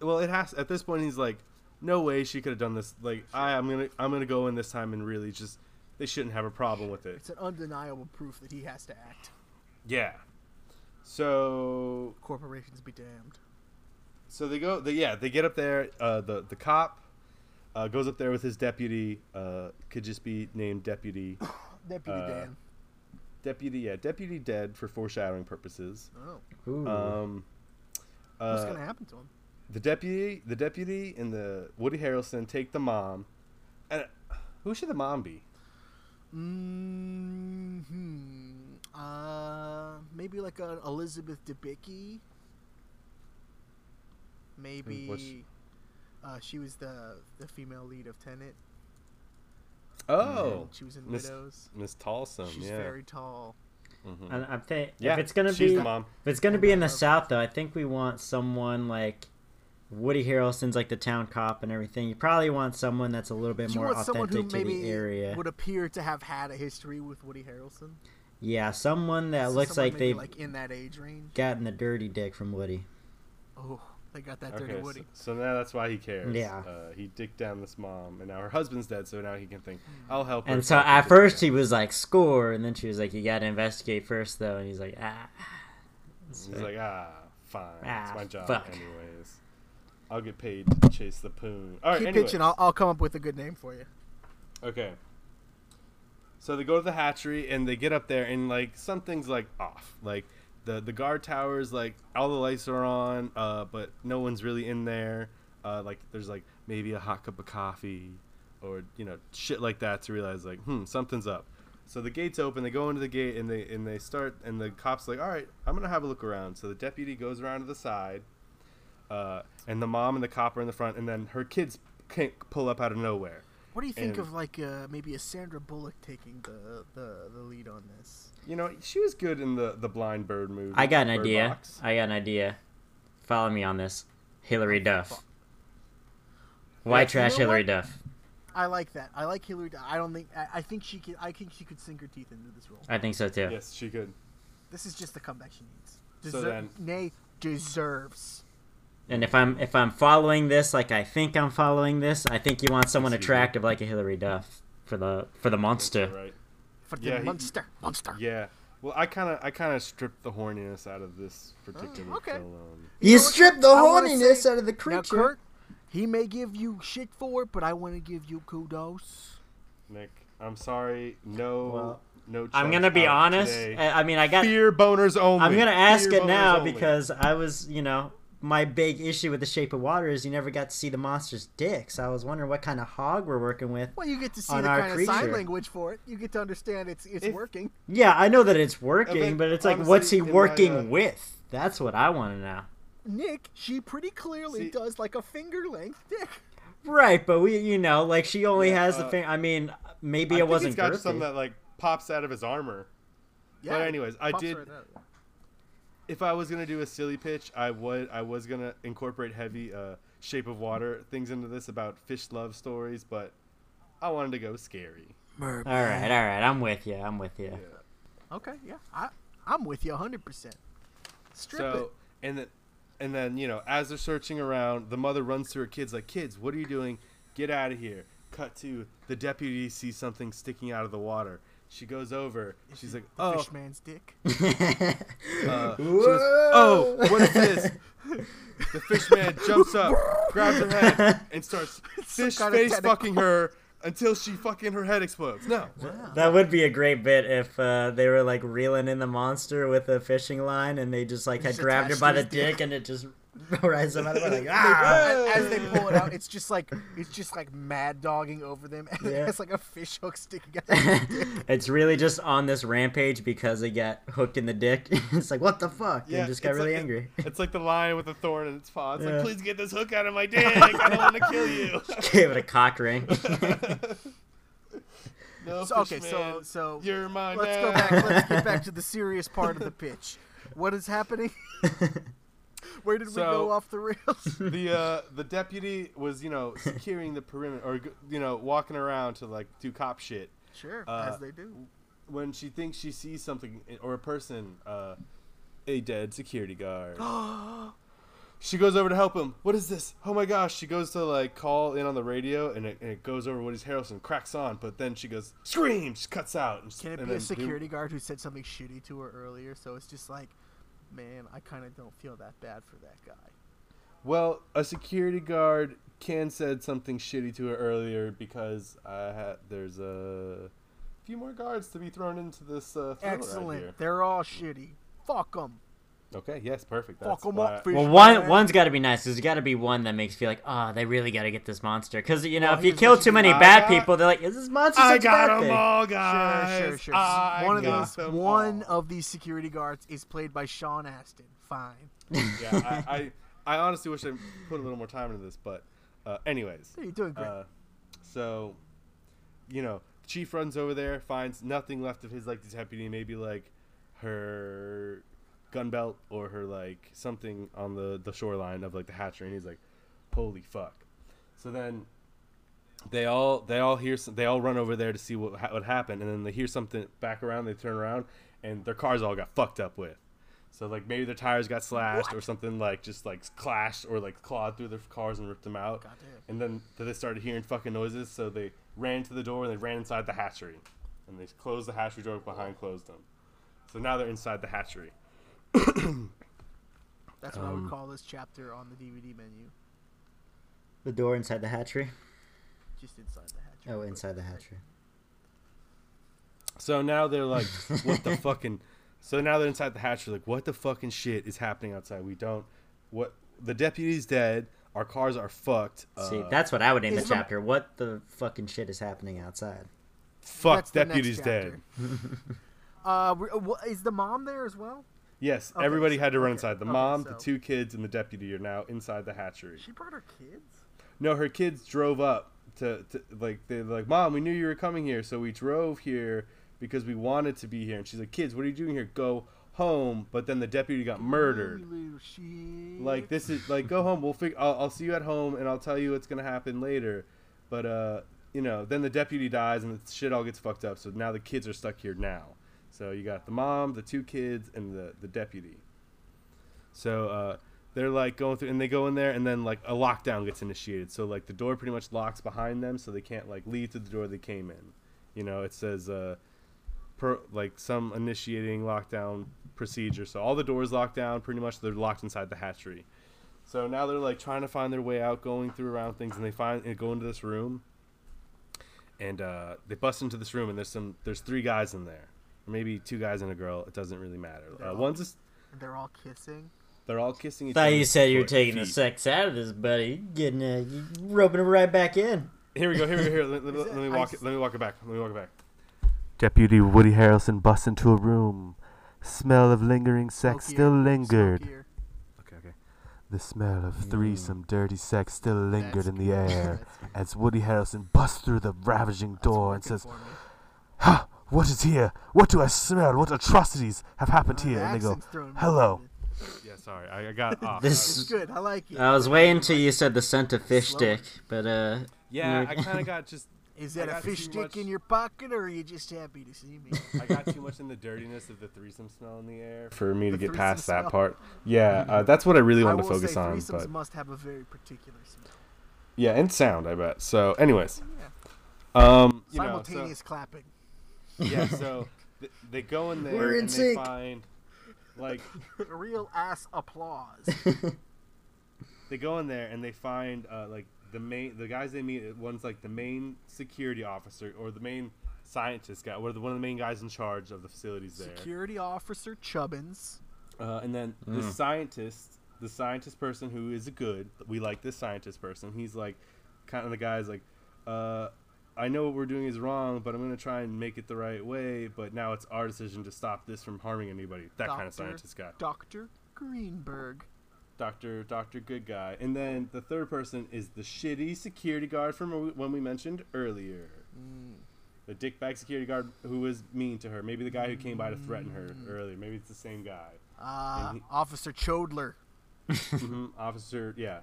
"Well, it has." At this point, he's like, "No way, she could have done this. Like, I, I'm gonna, I'm gonna go in this time and really just, they shouldn't have a problem with it."
It's an undeniable proof that he has to act.
Yeah. So
Corporations be damned.
So they go. They, yeah, they get up there. Uh, the the cop uh, goes up there with his deputy. Uh, could just be named deputy.
Deputy
Uh,
Dan.
deputy. Yeah, deputy dead for foreshadowing purposes.
Oh,
Ooh.
Um,
what's
uh,
gonna happen to him?
the deputy, the deputy, and the Woody Harrelson take the mom. And uh, who should the mom be?
Hmm. Uh, maybe like an Elizabeth Debicki.
what's-
Maybe. Uh, she was the the female lead of Tenet.
Oh,
and
Mm-hmm.
she was in
Miss-
Widows.
Miss Tallsome.
She's
yeah.
very tall.
Mhm.
And I'm think
yeah,
if it's gonna
she's
be
the mom.
if it's gonna be in the South though, I think we want someone like Woody Harrelson's like the town cop and everything. You probably want someone that's a little bit
you
more
want someone who
authentic to
maybe
the area.
would appear to have had a history with Woody Harrelson.
Yeah, someone that
So
looks
someone
like
maybe,
they've
like in that age range.
gotten the dirty dick from Woody.
Oh, they got that dirty
Okay, so,
Woody.
so now that's why he cares.
Yeah.
uh, he dicked down this mom, and now her husband's dead. So now he can think,
Hmm.
"I'll help." her
And
if
so
I can
at
dick
first
down."
he was like score, and then she was like, "You gotta investigate first though," and he's like, "Ah." So-
He's like, ah, fine. it's
Ah,
my job,
fuck.
anyways. I'll get paid to chase the poon. All right,
Keep
anyways.
pitching. I'll, I'll come up with a good name for you.
Okay. So they go to the hatchery and they get up there and like something's like off. Like the the guard tower is like all the lights are on, uh, but no one's really in there. Uh, like there's like maybe a hot cup of coffee or you know shit like that to realize like hmm something's up. So the gates open. They go into the gate and they and they start and the cops like all right I'm gonna have a look around. So the deputy goes around to the side, uh, and the mom and the cop are in the front, and then her kids can pull up out of nowhere.
What do you think
And-
of like uh, maybe a Sandra Bullock taking the, the, the lead on this?
You know, she was good in the the Blind Bird movie.
I got an
Bird
idea.
Box.
I got an idea. Follow me on this. Hillary Duff. Why
Yeah,
trash
you know
Hillary
what?
Duff?
I like that. I like Hillary. Duff. I don't think. I, I think she could. I think she could sink her teeth into this role.
I think so too.
Yes, she could.
This is just the comeback she needs.
So
Deser-
then-
nay, deserves.
And if I'm if I'm following this, like I think I'm following this, I think you want someone
That's you.
attractive like a Hillary Duff for the for the monster.
Right.
Fucking
Yeah, he-
monster, monster.
Yeah. Well, I kind of I kind of stripped the horniness out of this particular
okay.
film.
You,
know what?
strip the
I wanna
horniness
say-
out of the
Now,
creature.
Kurt, he may give you shit for it, but I want to give you kudos.
Nick, I'm sorry. No.
Well,
no.
I'm
chunks
gonna be
out
honest.
today.
I, I mean, I got.
Fear boners only.
I'm gonna ask
Fear
it
boners
now
only.
because I was, you know, my big issue with The Shape of Water is you never got to see the monster's dick. So I was wondering what kind of hog we're working with.
Well, you get to see
On
the
our
kind of sign
creature.
language for it. You get to understand it's it's
If-
working.
Yeah, I know that it's
I
working,
mean,
but it's like,
honestly,
what's he
in my,
working
uh,
with? That's what I want to know.
Nick, she pretty clearly
See-
does like a finger length dick.
Right, but we, you know, like she only
Yeah,
has the
uh,
thing. I mean, maybe
I
it
think
wasn't
It's got
girthy.
something that like pops out of his armor.
Yeah.
But anyways, I
pops
did.
right out.
if I was gonna do a silly pitch, I would. I was gonna incorporate heavy uh, Shape of Water things into this about fish love stories, but I wanted to go scary.
All right, all right, I'm with you. I'm with you.
Okay, yeah. I I'm with you 100%. Strip
so and then and then you know as they're searching around, the mother runs to her kids like, "Kids, what are you doing? Get out of here!" Cut to the deputy sees something sticking out of the water. She goes over. She's like,
it.
"Oh,
Fishman's dick.
uh, she goes, oh, what is this?" The fish man jumps up, grabs her head, and starts
some
fish
kind of
face
tentacle.
fucking her until she fucking her head explodes. No,
That would be a great bit if uh, they were like reeling in the monster with a fishing line, and they just like had
Just
grabbed her
attached
by
to
the
his dick.
dick, and it just rides them out of it like ah.
As they pull it out, it's just like it's just like mad dogging over them, and
Yeah.
it's like a fish hook sticking out. of his dick.
it's really just on this rampage because they got hooked in the dick. it's like what the fuck? and just got
it's
really
like-
angry.
It's like the lion with a thorn in its paw. It's
Yeah.
like, please get this hook out of my dick. I don't want to kill you.
Gave it a cock ring.
no,
So, okay,
fish
so
man,
so
you're my man.
let's go back. Let's get back to the serious part of the pitch. What is happening? Where did we
So-
go off the rails?
the uh, the deputy was you know securing the perimeter or you know walking around to like do cop shit.
Sure,
Uh,
as they do.
When she thinks she sees something or a person, uh, a dead security guard. she goes over to help him. What is this? Oh my gosh! She goes to like call in on the radio, and it, and it goes over Woody's Harrelson, cracks on, but then she goes scream, she cuts out. And,
Can it
and then
be a
boom.
security guard who said something shitty to her earlier? So it's just like, man, I kind of don't feel that bad for that guy.
Well, a security guard can said something shitty to her earlier because I ha- there's a few more guards to be thrown into this. Uh, thriller out
Excellent.
here.
They're all shitty. Fuck them.
Okay. Yes. Perfect.
Fuck
That's
them
why
up.
I-
Fish
Well, one
man.
one's got to be nice. There's got to be one that makes you feel like, oh, they really got to get this monster. Because you know,
Well,
if you
here's
kill
what you
too
do.
many
I
bad
got-
people, they're like, is this monster?
I
such a bad
got them
thing?
all,
Sure,
guys.
sure, sure.
I
one of
got
these,
them
one
all.
of these security guards is played by Sean Astin. Fine.
yeah. I, I I honestly wish I put a little more time into this, but uh, anyways.
You're doing great.
Uh, so, you know, chief runs over there, finds nothing left of his like deputy, maybe like her gun belt or her like something on the the shoreline of like the hatchery, and he's like, "Holy fuck!" So then they all they all hear some, they all run over there to see what ha- what happened, and then they hear something back around. They turn around, and their cars all got fucked up with. So like maybe their tires got slashed or something like just like clashed or like clawed through their cars and ripped them out.
Goddamn.
And then th- they started hearing fucking noises, so they ran to the door and they ran inside the hatchery, and they closed the hatchery door behind closed them. So now they're inside the hatchery.
That's what
um,
I would call this chapter on the DVD menu.
The door inside the hatchery.
Just inside the hatch.
Oh, inside the hatchery.
So now they're like, what the fucking. So now they're inside the hatch. They're like, what the fucking shit is happening outside? We don't. What the deputy's dead. Our cars are fucked.
See,
uh,
that's what I would name the
is the-
chapter. What the fucking shit is happening outside?
fuck
That's the next
deputy's
chapter.
dead.
Uh, we- uh, wha- is the mom there as well?
Yes,
Okay,
everybody
so-
had to run
okay,
inside. The
okay,
mom,
so-
the two kids, and the deputy are now inside the hatchery.
She brought her kids.
No, her kids drove up to, to like they're like, Mom, we knew you were coming here, so we drove here because we wanted to be here. And she's like, Kids, what are you doing here? Go home. But then the deputy got murdered.
You little shit.
Like this is like go home. We'll fig- I'll, I'll see you at home, and I'll tell you what's gonna happen later. But uh, you know, then the deputy dies, and the shit all gets fucked up. So now the kids are stuck here now. So you got the mom, the two kids, and the the deputy. So uh, they're like going through and they go in there and then like a lockdown gets initiated so like the door pretty much locks behind them so they can't like leave through the door they came in you know it says uh per, like some initiating lockdown procedure so all the doors locked down pretty much they're locked inside the hatchery so now they're like trying to find their way out going through around things and they find and go into this room and uh they bust into this room and there's some there's three guys in there or maybe two guys and a girl it doesn't really matter uh, one's just
And they're all kissing.
they're all kissing each
Thought
other
you said you were
foot-
taking the
feet.
sex out of this, buddy. You're getting uh, you roping it right back in.
Here we go. Here we go. Here, let, let-
Is
let
it-
me
I
walk
s-
it. Let me walk it back. Let me walk it back. Deputy Woody Harrelson busts into a room. Smell of lingering sex
Smokier,
still lingered.
smokier.
Okay, okay.
The smell of threesome dirty sex still lingered
Mm. That's
in the
good.
air
That's good.
as Woody Harrelson busts through the ravaging
That's
door and
working
says,
for me.
Ha! What is here? What do I smell? What atrocities have happened
Uh,
here?
the
And they go,
accent's throwing me
hello.
off.
Yeah, sorry. I, I got off.
This-
It's good. I like it.
I was waiting till you said the scent of fish
Slow.
stick, but uh,
yeah, I kind of got just.
Is
I
that a
got
fish
too
stick
much-
in your pocket, or are you just happy to see me?
I got too much in the dirtiness of the threesome smell in the air for me to
The
get past
threesome smell. Mm-hmm.
that part. Yeah, uh, that's what I really
I
wanted
will
to focus
say
on.
threesomes
But
must have a very particular smell.
yeah, and sound, I bet. So, anyways,
Yeah.
um, you know, so-
Simultaneous clapping.
yeah. So th- they go in there
We're in
and
sync.
they find like
Real ass applause.
they go in there and they find uh, like the main the guys they meet one's like the main security officer or the main scientist guy or the one of the main guys in charge of the facilities there
Security officer Chubbins.
uh, and then the scientist the scientist person who is good we like this scientist person he's like kind of the guy's like uh, i know what we're doing is wrong but i'm going to try and make it the right way but now it's our decision to stop this from harming anybody that kind of
Doctor.
scientist guy
Dr. Greenberg.
Doctor Doctor Good Guy, and then the third person is the shitty security guard from wh- when we mentioned earlier. The dickbag security guard who was mean to her. Maybe the guy who came by to threaten her earlier. Maybe it's the same guy.
Uh,
And he-
Officer Chodler.
hmm Officer, yeah.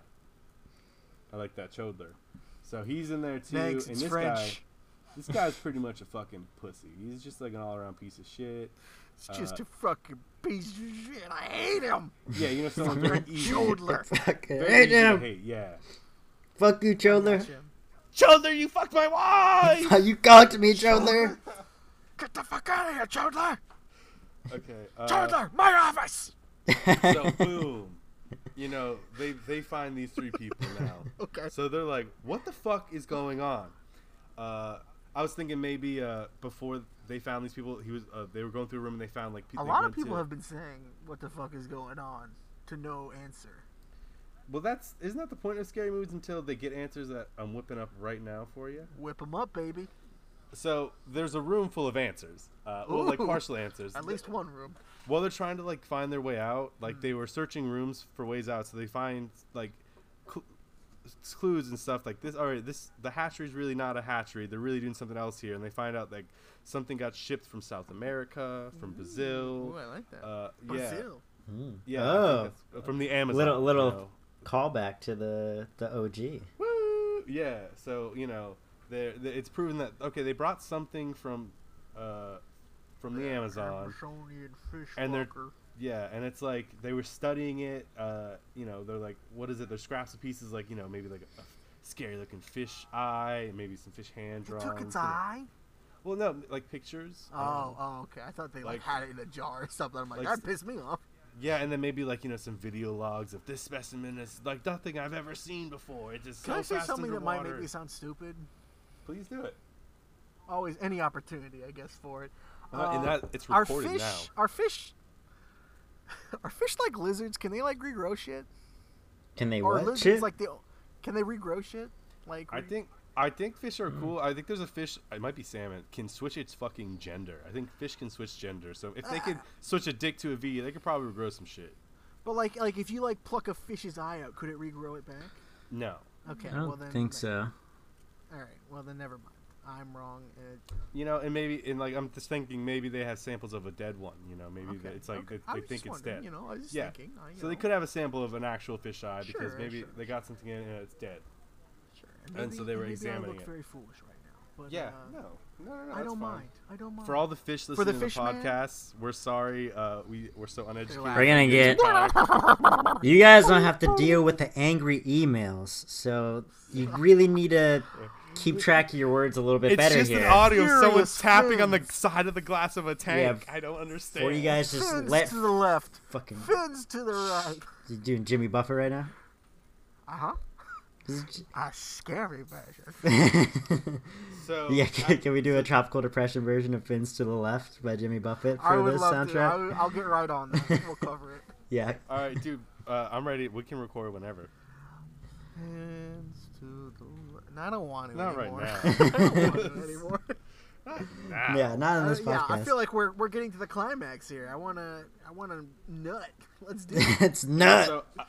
I like that Chodler. So he's in there too,
Thanks,
and
it's
this guy,
French.
this guy's pretty much a fucking pussy. He's just like an all-around piece of shit.
It's
uh,
just a fucking piece of shit. I hate him.
Yeah, you know, someone very easy,
Chodler.
fuck,
very
right
easy to
now.
hate, Yeah,
fuck you, Chodler.
Jim,
Chodler, you fucked my wife.
How you got to me, Chodler?
Get the fuck out of here, Chodler.
okay, uh,
Chodler, my office.
so boom you know they they find these three people now
Okay.
so they're like what the fuck is going on uh i was thinking maybe uh before they found these people he was uh, they were going through a room and they found like
A
people
lot of people have been saying, what the fuck is going on, to no answer.
well that's isn't that the point of scary movies until they get answers that i'm whipping up right now for you
Whip them up, baby.
so there's a room full of answers uh well, like
Ooh.
partial answers
At least one room.
Well, they're trying to like find their way out. Like they were searching rooms for ways out, so they find like cl- s- clues and stuff like this. All right, this the hatchery's really not a hatchery. They're really doing something else here, and they find out like something got shipped from South America, from
Ooh,
Brazil.
I like that.
Uh,
Brazil.
yeah, yeah, I
Oh.
think that's- from the Amazon.
Little- little-
you know.
Callback to the the OG.
Woo! Yeah. So you know, they're, they it's proven that okay, they brought something from, uh, from the Amazon.
Amazonian fish
And they're-
fucker.
Yeah, and it's like they were studying it. Uh, you know, they're like, what is it? They're scraps of pieces, like you know, maybe like a, scary looking fish eye, maybe some fish hand
They
drawings.
took its
you know.
eye?
Well, no, like pictures.
Oh,
um,
oh, okay. I thought they like,
like-
had it in a jar or something. I'm like,
like
that
s-
pissed me off.
yeah, and then maybe like you know some video logs of this specimen is like nothing I've ever seen before. It is so
Can I say
fast
something that might make
underwater."
me sound stupid?
Please do it.
Always any opportunity, I guess, for it. Um,
Uh, and that it's
our
recorded
fish,
now.
our fish, are fish like lizards? Can they like regrow shit?
Can they
Or
what
lizards
shit?
like the? Can they regrow shit? Like
I
re-
think I think fish are cool. I think there's a fish. It might be salmon. Can switch its fucking gender. I think fish can switch gender. So if they
Ah.
could switch a dick to a V, they could probably grow some shit.
but like like if you like pluck a fish's eye out, could it regrow it back?
No,
Okay,
I don't
well then
think
like-
so.
All right, well then never mind. I'm wrong. uh, It,
you know, and maybe and like I'm just thinking maybe they have samples of a dead one. You know, maybe
okay,
that it's like
okay. I
they, they
was just
think it's
wondering,
dead.
You know, I was just
Yeah.
thinking. I, you
so they
know,
could have a sample of an actual fish eye because
Sure,
maybe
sure,
they got something in it and it's dead.
sure.
and so they were
maybe I
examining
look
it.
very foolish right now. But,
Yeah,
uh,
no, no, no, no
I
that's
don't
fine.
mind. I don't mind.
For all the fish
the
listening to the
fish, man.
podcast, we're sorry. Uh, we we're so uneducated.
loud.
We're gonna get. You guys don't have to deal with the angry emails, so you really need to keep track of your words a little bit
It's
better
just
here.
an audio of someone
Furious
tapping on the
fins.
side of the glass of a tank.
Yeah.
I don't understand.
Or you guys just
fins
let
to the left,
fucking.
fins to the right.
You doing Jimmy Buffett right now?
Uh
Uh-huh.
huh.
This is J-
A scary version.
So
yeah,
I-
can, can we do a tropical depression version of Fins to the Left by Jimmy Buffett
I
for
would
this
love to. I
soundtrack?
would, I'll get right on that. We'll cover it.
Yeah.
all right, dude, uh, I'm ready. We can record whenever.
Fins to the left. No, I don't want it
Not right
anymore.
now.
I don't want it anymore.
Ah.
Yeah, not on
Uh,
this
yeah,
podcast.
I feel like we're we're getting to the climax here. I wanna I wanna nut. Let's do it.
it's nuts.
So I,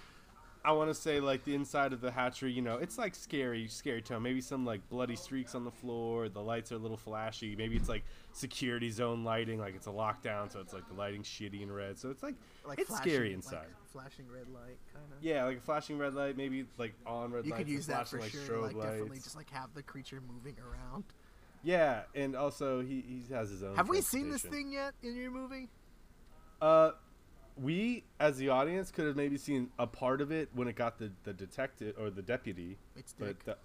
I want to say like the inside of the hatchery. You know, it's like scary, scary tone. Maybe some like bloody streaks on the floor. The lights are a little flashy. Maybe it's like security zone lighting. Like it's a lockdown, so it's like the lighting's shitty and red. So it's like,
Like
it's
flashing,
scary
like,
inside.
flashing red light, kind of.
yeah, like a flashing red light, maybe like on red
You
lights.
could
and
use that for
flashing, like,
sure. to,
strobe
Like definitely,
lights.
just like have the creature moving around.
Yeah, and also he, he has his own.
Have we seen this
transportation.
thing yet in your movie?
Uh, we as the audience could have maybe seen a part of it when it got the the detective or the deputy.
It's
But
dick.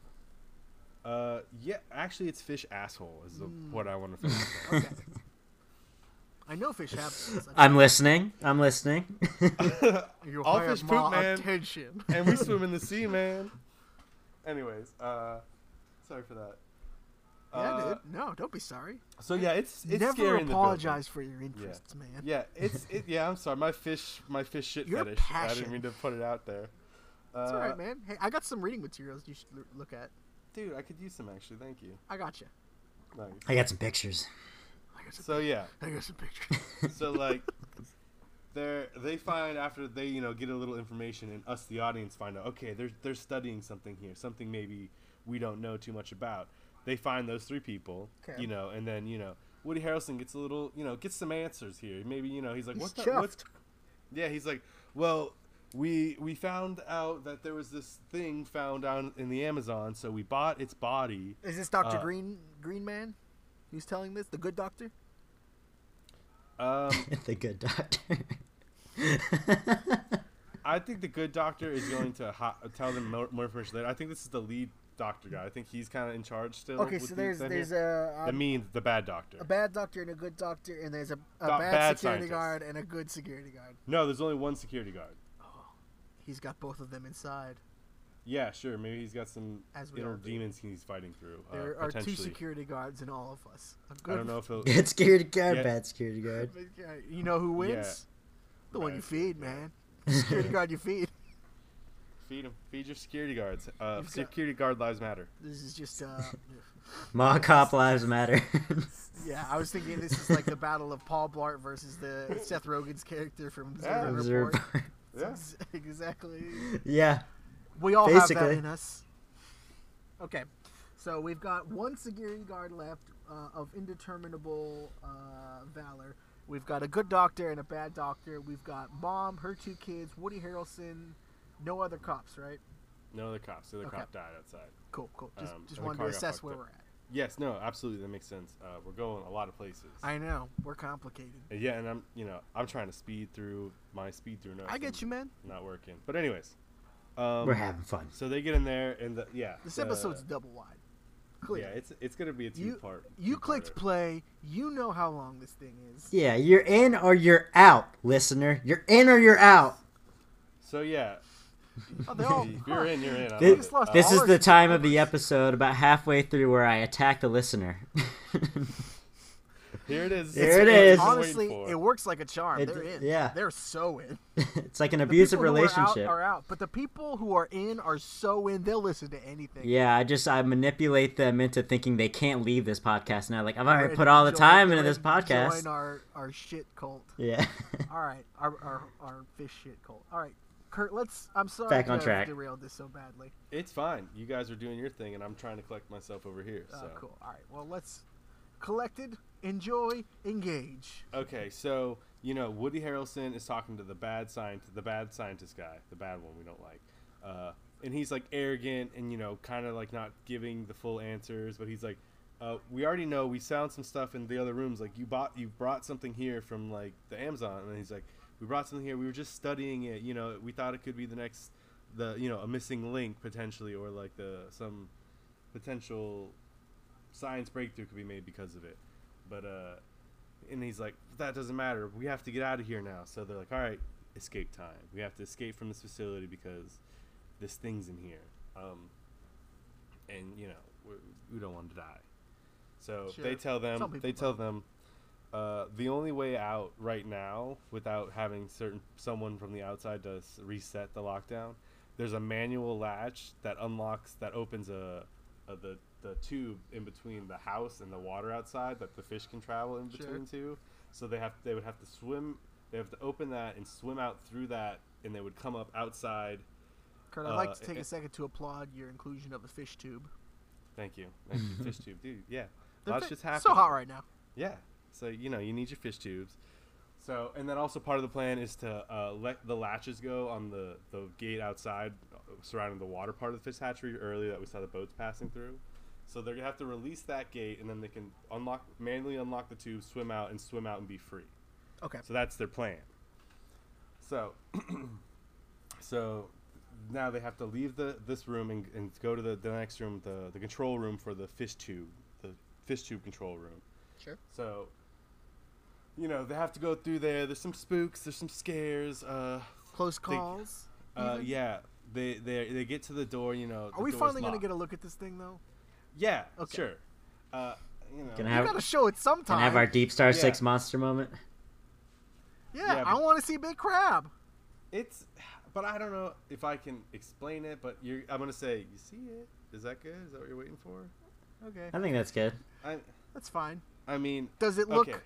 the, uh, yeah, actually, it's fish asshole is the,
Hmm.
what I want to focus on.
Okay. I know fish happens.
I'm listening. I'm listening.
You
all
hired
fish poop,
my
man.
Attention.
and we swim in the sea, man. Anyways, uh, sorry for that.
yeah,
Uh,
dude. No, don't be sorry.
So yeah, it's it's
Never
scary in the building.
apologize for your interests, man.
Yeah, it's it, yeah. I'm sorry, my fish, my fish shit
Your
fetish. I
passion.
didn't mean to put it out there. Uh,
It's all right, man. Hey, I got some reading materials you should l- look at.
dude, I could use some actually. Thank you.
I got you.
Nice.
I got some pictures.
I got some,
So yeah,
I got some pictures.
so like they're they find after they you know get a little information and us the audience find out okay they're they're studying something here something maybe we don't know too much about they find those three people
Okay.
you know and then you know woody harrelson gets a little you know gets some answers here maybe you know he's like
He's
what the, what's yeah he's like well we we found out that there was this thing found out in the amazon so we bought its body
Is this Doctor
Uh,
Green Green Man? Who's telling this? The good doctor?
um
the good doctor.
I think the good doctor is going to ho- tell them more, more information later. I think this is the lead doctor guy. I think he's kind of in charge still.
Okay,
with
so
these
there's
thing
there's
here.
a, um,
I mean the bad doctor.
a bad doctor and a good doctor, and there's a, a
Doc-
bad,
bad
security
scientist.
guard and a good security guard.
no, there's only one security guard.
He's got both of them inside.
Yeah, sure. Maybe he's got some
As we all
inner
do.
demons he's fighting through. Uh,
There are two
potentially.
security guards in all of us. A good
I don't know if he'll.
Good security guard,
Yeah.
bad security guard.
You know who wins? The one you
Right.
feed, man. Security guard you feed.
feed him. Feed your security guards. Uh,
You've got-
security guard lives matter.
This is just uh
Ma cop lives matter.
yeah, I was thinking this is like the battle of Paul Blart versus the Seth Rogen's character from
Yeah.
Observer
Observe.
Report.
Yeah.
exactly.
yeah.
We all have
Basically.
that in us. Okay. So we've got one security guard left uh, of indeterminable uh, valor. We've got a good doctor and a bad doctor. We've got mom, her two kids, Woody Harrelson, no other cops, right?
No other cops. The other
Okay.
cop died outside.
Cool, cool. Just,
Um,
just
and the
wanted
car
to
got
assess
fucked
where
up.
we're at.
Yes. No. Absolutely. That makes sense. Uh, we're going a lot of places.
I know we're complicated.
yeah, and I'm you know I'm trying to speed through my speed through notes.
I
and
get you, man.
Not working. But anyways. Um,
We're having fun.
So they get in there, and the, yeah,
This
the-
episode's double wide. Clear.
yeah, it's it's gonna be a two
you
part.
you clicked play. You know how long this thing is.
Yeah, you're in or you're out, listener. You're in or you're out.
So yeah,
Oh, they're all
if you're in, you're in. I
Thi-
love
just
it.
lost
This
all
is
our
the time of the episode, about halfway through, where I attack the listener.
Here it is.
There it is.
That's what I've been waiting
Honestly,
for.
it works like a charm.
It-
they're in.
yeah.
They're so in.
it's like an
The
abusive
people who are out
relationship.
Are out, but the people who are in are so in. They'll listen to anything.
Yeah, I just I manipulate them into thinking they can't leave this podcast now. Like I've already
They're
put all the
join-
time
they're
into this
in-
podcast.
Join our our shit cult.
Yeah.
All right, our our, our fish shit cult. All right, Kurt. Let's. I'm sorry.
Back on
to have
track.
Derailed this so badly.
It's fine. You guys are doing your thing, and I'm trying to collect myself over here.
Oh,
So
cool. All right. Well, let's collected, enjoy, engage.
okay, so you know Woody Harrelson is talking to the bad scientist, the bad scientist guy, the bad one we don't like, uh, and he's like arrogant and you know kind of like not giving the full answers, but he's like. Uh, we already know we sound some stuff in the other rooms. Like you bought, you brought something here from like the Amazon, and he's like, we brought something here. We were just studying it. You know, we thought it could be the next, the you know, a missing link potentially, or like the some potential science breakthrough could be made because of it. But uh, and he's like, that doesn't matter. We have to get out of here now. So they're like, all right, escape time. We have to escape from this facility because this thing's in here. Um, and you know, we're, we don't want to die. So
Sure.
they tell
Some
them,
people
they tell them, uh, the only way out right now, without having certain someone from the outside to s- reset the lockdown, there's a manual latch that unlocks that opens a, a the the tube in between the house and the water outside that the fish can travel in
Sure.
between two. So they have they would have to swim. They have to open that and swim out through that, and they would come up outside.
Kurt, I'd like
Uh,
to take
it-
a second to applaud your inclusion of the fish tube.
Thank you, thank you, fish tube, dude. Yeah,
They're
lots
fi-
just happening.
So hot right now.
Yeah. So you know you need your fish tubes. So and then also part of the plan is to uh, let the latches go on the the gate outside uh, surrounding the water part of the fish hatchery earlier that we saw the boats passing through. So they're gonna have to release that gate and then they can unlock manually unlock the tube, swim out, and swim out and be free.
Okay.
So that's their plan. So, so now they have to leave the this room and, and go to the, the next room, the, the control room for the fish tube, the fish tube control room.
Sure.
So, you know, they have to go through there. There's some spooks. There's some scares. Uh,
Close calls.
uh yeah. They they they get to the door. You know.
Are we finally gonna get a look at this thing though?
Yeah.
Okay.
Sure. Uh, you know.
Can
You
I-
gotta show it sometime.
Can I have our Deep Star
Yeah.
6 monster moment?
yeah,
Yeah,
I
but-
want to see Big Crab.
It's, but I don't know if I can explain it. But you're, I'm gonna say you see it. Is that good? Is that what you're waiting for?
Okay,
I think that's good.
I,
that's fine.
I mean,
Does it look?
okay.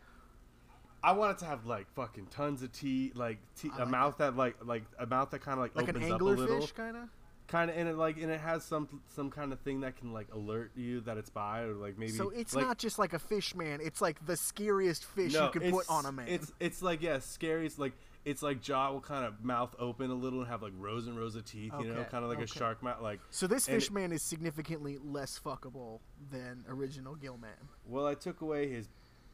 I want it to have like fucking tons of teeth, like te-
I
a
like
mouth that like like a mouth that kind of like,
like an
opens up a little,
anglerfish kind of.
kind of, and it like and it has some some kind of thing that can like alert you that it's by or like maybe.
So it's
like,
not just like a fish man. It's like the scariest fish
no,
you could
it's-
put on a man.
It's it's like yeah, scary. It's like it's like jaw will kind of mouth open a little and have like rows and rows of teeth, you know,
Okay,
kind of like a
okay.
shark mouth. Like
so this
and
fish man is significantly less fuckable than original Gillman.
well, I took away his.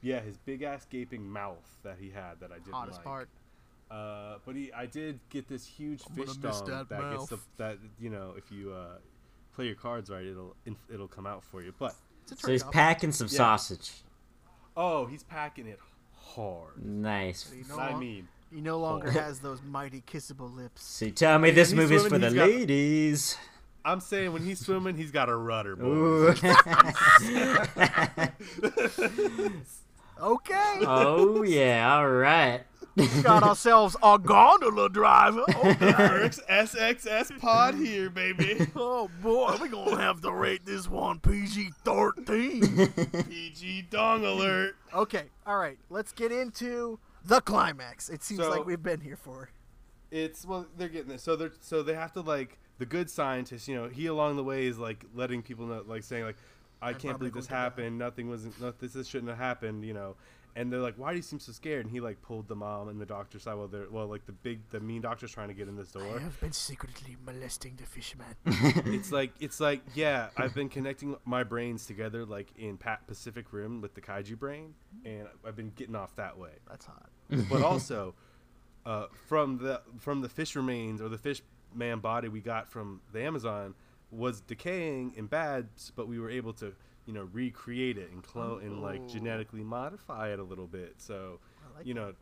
Yeah, his big ass gaping mouth that he had that I didn't
Hottest
like.
part.
Uh, but he, I did get this huge
I'm gonna
fish
miss
dong
that
that, gets the,
mouth.
that you know if you uh, play your cards right, it'll inf- it'll come out for you. But
It's a
So he's
trick-off.
packing some
Yeah.
sausage.
oh, he's packing it hard.
Nice.
So you no
I
lon-
mean,
he no longer
Oh.
has those mighty kissable lips.
So you tell me this
he's
movie's for
swimming,
the
he's got-
ladies.
I'm saying when he's swimming, he's got a rudder. boys.
Ooh.
Okay,
oh yeah, all right.
we got ourselves a gondola driver. Oh, Okay.
Eric's SXS pod here, baby.
oh boy, we gonna have to rate this one PG thirteen.
PG dong alert.
okay, all right, let's get into the climax. It seems
So-
like we've been here for.
It's well, they're getting this. So they're so they have to like the good scientist. You know, he along the way is like letting people know, like saying like, I can't
probably
believe this
going to die."
happened. Nothing wasn't. No, this, this shouldn't have happened. You know, and they're like, why do you seem so scared? And he like pulled the mom and the doctor side. Well, they're well like the big the mean doctor's trying to get in this door.
have been secretly molesting the fishman.
it's like it's like yeah, I've been connecting my brains together like in pa- Pacific Rim with the kaiju brain, and I've been getting off that way.
That's hot.
but also uh, from the from the fish remains or the fish man body we got from the Amazon was decaying and bad, s- but we were able to you know recreate it and clone and like
Oh.
genetically modify it a little bit. So
I like
you know,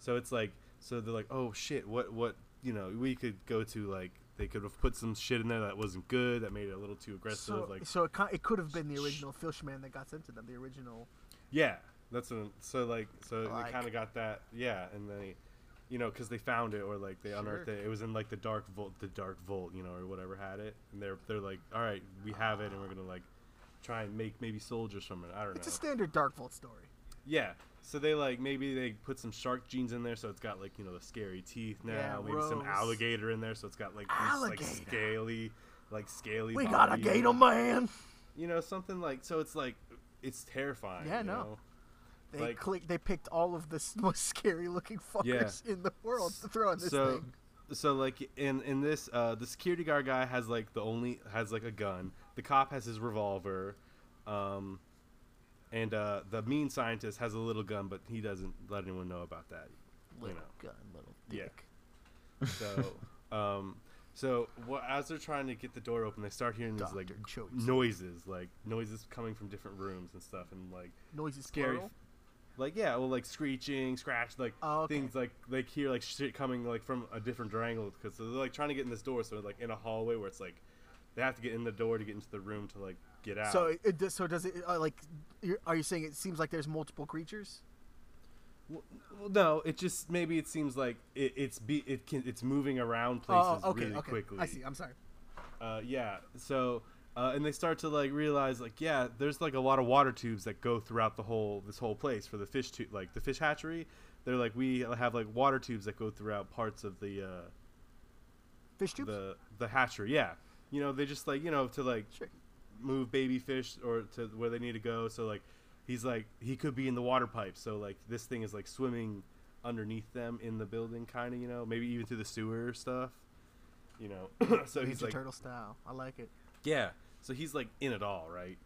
so it's like so they're like oh shit, what what you know we could go to like. They could have put some shit in there that wasn't good, that made it a little too aggressive.
So,
like,
so it, ki- it could have been the original fishman that got sent to them. The original.
Yeah, that's what. I'm- So like, so
Like-
they kind of got that. Yeah, and they, you know, because they found it or like they unearthed
Sure.
it. It was in like the dark vault, the dark vault, you know, or whatever had it. And they're they're like, all right, we have it, and we're gonna like try and make maybe soldiers from it. I don't
It's a
know.
standard Dark Vault story.
yeah. So they like maybe they put some shark genes in there, so it's got like you know the scary teeth now.
Yeah,
maybe some
gross.
alligator in there, so it's got like these, like
Alligator.
scaly, like scaly.
We got a
body.
gator man.
You know something like so it's like it's terrifying.
Yeah,
you
no.
know?
They
Like-
click. They picked all of the s- most scary looking fuckers in the world to throw in this
so
thing.
so like in in this uh the security guard guy has like the only has like a gun the cop has his revolver um and uh, the mean scientist has a little gun, but he doesn't let anyone know about that.
Little
know.
gun, little
Yeah.
dick.
So, um, so wha- as they're trying to get the door open, they start hearing these like
Dr. Choate.
noises, like noises coming from different rooms and stuff, and like
Noises
scary,
plural?
like yeah, well, like screeching, scratch, like
Oh, okay.
things like like hear like shit coming like from a different angle because they're like trying to get in this door, so like in a hallway where it's like they have to get in the door to get into the room to like get out.
So it, it does- so does it uh, like? You're, are you saying it seems like there's multiple creatures?
Well, well, no, it just maybe it seems like it, it's be it can it's moving around places
oh, okay,
really
okay.
quickly.
I see. I'm sorry.
Uh, yeah. So uh, and they start to like realize like yeah, there's like a lot of water tubes that go throughout the whole this whole place for the fish to like the fish hatchery. They're like we have like water tubes that go throughout parts of the uh,
Fish tubes.
the the hatchery. Yeah. You know, they just like you know to like
sure.
move baby fish or to where they need to go. So like, he's like he could be in the water pipe. So like this thing is like swimming underneath them in the building, kind of you know, maybe even through the sewer stuff, you know. so he's
Ninja
like,
Turtle style. I like it.
yeah. So he's like in it all, right?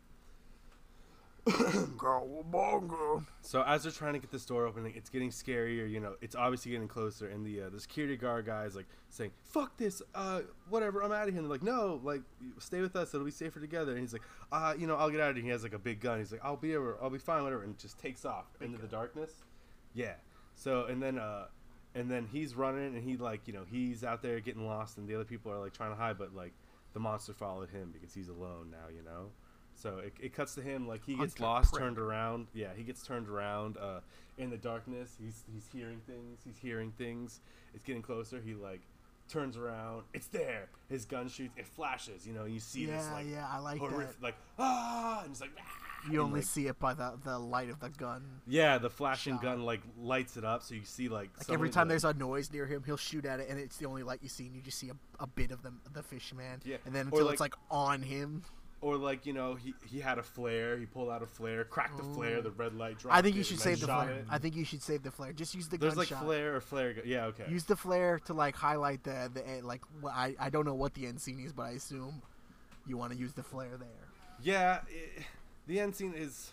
Cowabunga.
So as they're trying to get this door open, like, it's getting scarier. You know, it's obviously getting closer, and the uh, the security guard guy is like saying, "Fuck this, uh, whatever, I'm out of here." And they're like, "No, like, stay with us. It'll be safer together." And he's like, "Uh, you know, I'll get out of here." He has like a big gun. He's like, "I'll be over. I'll be fine, whatever." And just takes off into the darkness. Yeah. So and then uh, and then he's running, and he like you know he's out there getting lost, and the other people are like trying to hide, but like the monster followed him because he's alone now. You know. So it, it cuts to him like he gets
Hunter
lost,
prick.
turned around. Yeah, he gets turned around uh, in the darkness. He's he's hearing things. He's hearing things. It's getting closer. He like turns around. It's there. His gun shoots. It flashes. You know, you see this
Yeah,
like
yeah, I like
horrific,
that.
like ah, and it's like "Ah," and,
You only
like,
see it by the, the light of the gun.
yeah, the flashing
shot.
gun like lights it up, so you see like,
Like
so
every
many,
time
like-
there's a noise near him, he'll shoot at it, and it's the only light you see, and you just see a, a bit of the the fish man.
Yeah,
And then
or
until it's like on him.
or like you know he he had a flare. He pulled out a flare, cracked the flare. The red light dropped.
Mm. I think you
it,
should
and
save
then
the
shot
flare.
it.
I think you should save the flare. Just use the
There's like
gunshot.
flare or flare. Gun. Yeah, okay.
Use the flare to like highlight the the end, like wh- I I don't know what the end scene is, but I assume you want to use the flare there.
Yeah, it, the end scene is.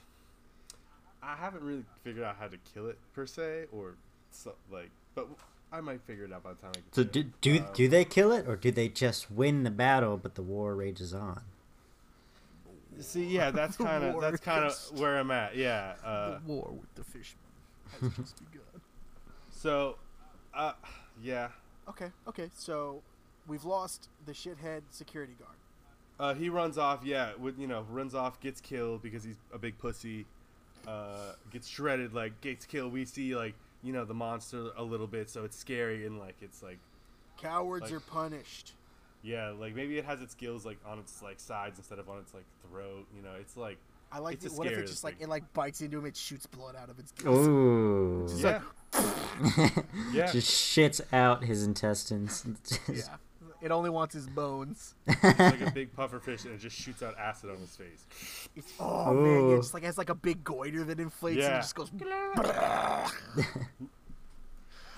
I haven't really figured out how to kill it per se, or so, like, but I might figure it out by the time I get
So
there.
do do,
Um,
do they kill it or do they just win the battle but the war rages on?
see, yeah, that's
The
kind of
war
that's kind
is-
of where I'm at. Yeah. Uh,
the war with the fish man has just begun.
so, uh, yeah,
Okay, okay, so we've lost the shithead security guard.
uh, he runs off. Yeah, with you know, runs off, gets killed because he's a big pussy. Uh, gets shredded, like gets killed. We see like you know the monster a little bit, so it's scary and like it's like
Cowards
Like-
are punished.
Yeah, like maybe it has its gills like on its like sides instead of on its like throat. You know, it's like
I like
It's a
the, what if it
scary
just
thing.
like it like bites into him, it shoots blood out of its
Oh.
gills.
Ooh.
Just
yeah, yeah.
Just shits out his intestines.
Yeah, it only wants his bones.
it's like a big puffer fish, and it just shoots out acid on his face.
Oh man, yeah,
Ooh.
just like has like a big goiter that inflates and
Yeah.
it just goes.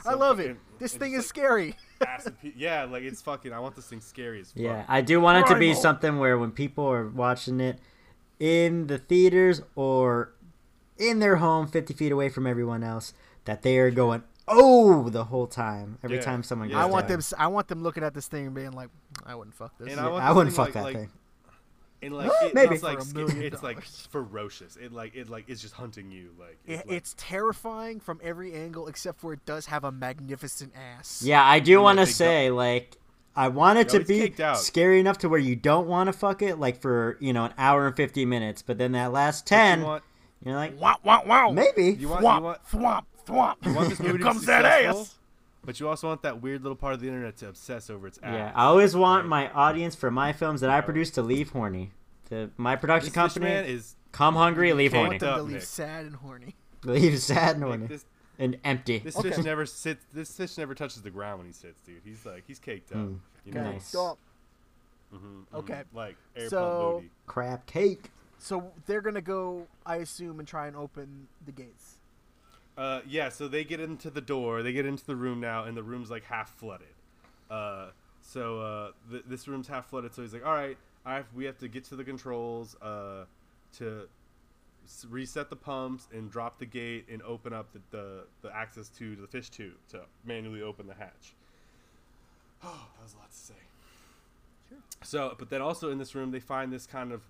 I love it.
fucking-
This
it
thing
just,
is scary.
Acid, pe- yeah, like it's fucking. I want this thing scary as fuck.
Yeah, I do want it to be
Primal.
something where when people are watching it in the theaters or in their home, 50 feet away from everyone else, that they are going, oh, the whole time. Every
Yeah,
time someone
yeah.
goes
I want
down.
them. I want them looking at this thing and being like, "I wouldn't fuck this."
And I want
I
this
wouldn't
thing,
fuck
like-
that thing.
like- and like it,
Maybe.
it's like
For a
sc-
million
it's like
dollars.
ferocious. It like it like it's just hunting you. Like,
It-
like
it's terrifying from every angle except for it does have a magnificent ass.
Yeah, I do
like,
want to
they don't-
say, like, I want it to
Yo, it's
be
caked out.
scary enough to where you don't want to fuck it, like for, you know, an hour and 50 minutes. But then that last
you
10,
want-
you're like,
Wow! Wow! Wow!
maybe.
You want you want
Thwomp! Thwomp!
you want this movie to be
comes that
successful,
ass.
but you also want that weird little part of the internet to obsess over its ass.
Yeah, I always want my audience for my films that I produce to leave horny. The, my production
This fish
company
man is
Come hungry, leave
can't
horny.
do-
Them to
Up,
leave
Nick.
sad and horny.
Leave sad and horny.
like, this
and empty.
This
Okay.
fish never sits. This fish never touches the ground when he sits, dude. He's like he's caked up. You know,
Nice.
Stop.
Mhm, mhm.
Okay.
Like air
So-
pump booty.
Crab cake.
So they're gonna go, I assume, and try and open the gates.
Uh, yeah. So they get into the door. They get into the room now, and the room's like half flooded. Uh, so uh, th- this room's half flooded. So he's like, all right, I have, we have to get to the controls. Uh, to s- reset the pumps and drop the gate and open up the, the, the access to the fish tube to manually open the hatch. Oh, that was a lot to say. So, but then also in this room, they find this kind of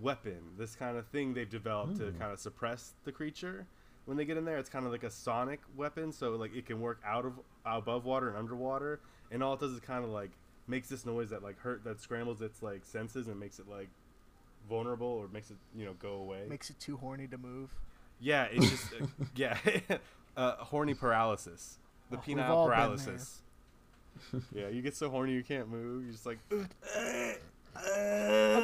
weapon, this kind of thing they've developed to kind of suppress the creature. When they get in there, it's kind of like a sonic weapon, so like it can work out of above water and underwater, and all it does is kind of like makes this noise that like hurt that scrambles its like senses and makes it like vulnerable or makes it you know go away.
Makes it too horny to move.
yeah, it's just uh, yeah, uh, horny paralysis, the
Oh, we've
penile
all been
paralysis. yeah, you get so horny you can't move. You're just like. "Uh,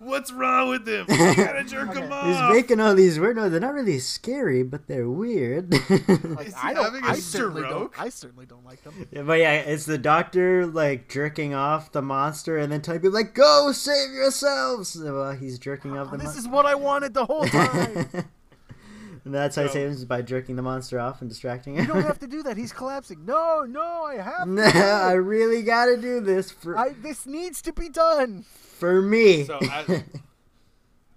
What's wrong with him? You gotta jerk him
He's
off.
making all these weird. No, they're not really scary, but they're weird.
Like,
Is he
I don't.
having a
I certainly
stroke?
don't. I certainly don't like them.
Yeah, but yeah, it's the doctor like jerking off the monster and then telling people like, "Go save yourselves!" Well, he's jerking off the
Oh, This
monster,
is what I wanted the whole time.
and that's how he
So-
saves him, by jerking the monster off and distracting
you don't
him.
have to do that. He's collapsing. No, no, I have.
No,
to.
I really gotta do this for
I, this needs to be done.
for me.
So as,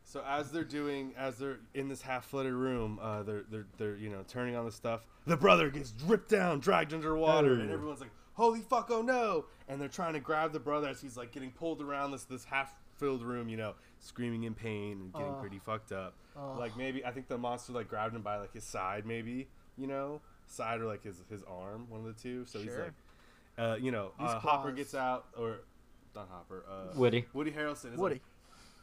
so as they're doing, as they're in this half-flooded room, uh, they're they're they're you know turning on the stuff. The brother gets ripped down, dragged underwater, and
Oh.
everyone's like, "Holy fuck! Oh no!" And they're trying to grab the brother as he's like getting pulled around this this half-filled room, you know, screaming in pain and getting
Oh.
pretty fucked up. Like maybe I think the monster like grabbed him by like his side, maybe you know, side or like his his arm, one of the two. So he's
Sure.
like. Uh, you know,
These
uh, Hopper
claws.
gets out, or not Hopper, uh,
Woody.
Woody Harrelson is
Woody.
like,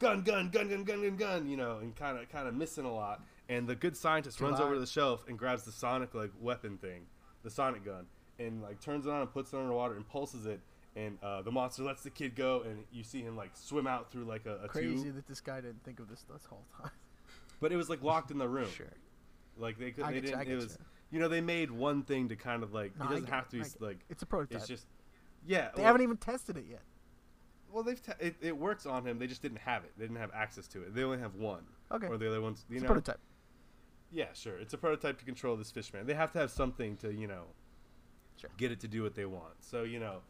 gun, gun, gun, gun, gun, gun, gun, you know, and kind of kind of missing a lot. And the good scientist runs
loud.
over to the shelf and grabs the sonic like weapon thing, the sonic gun, and like turns it on and puts it underwater and pulses it. And uh, the monster lets the kid go, and you see him like swim out through like a, a
Crazy
tube.
that this guy didn't think of this this whole time.
But it was like locked in the room. Like they could,
I
they
getcha, I
didn't. It was,
getcha.
you know, they made one thing to kind of like.
No, I
it doesn't
get
have
it,
to be
I get it.
like.
It's a prototype.
It's just. Yeah.
they
well-
haven't even tested it yet.
Well, they've te- it, it works on him. They just didn't have it. They didn't have access to it. They only have one.
Okay.
Or the other ones, you
It's
know.
a prototype.
Yeah, sure. It's a prototype to control this fishman. They have to have something to, you know,
Sure.
get it to do what they want. So you know,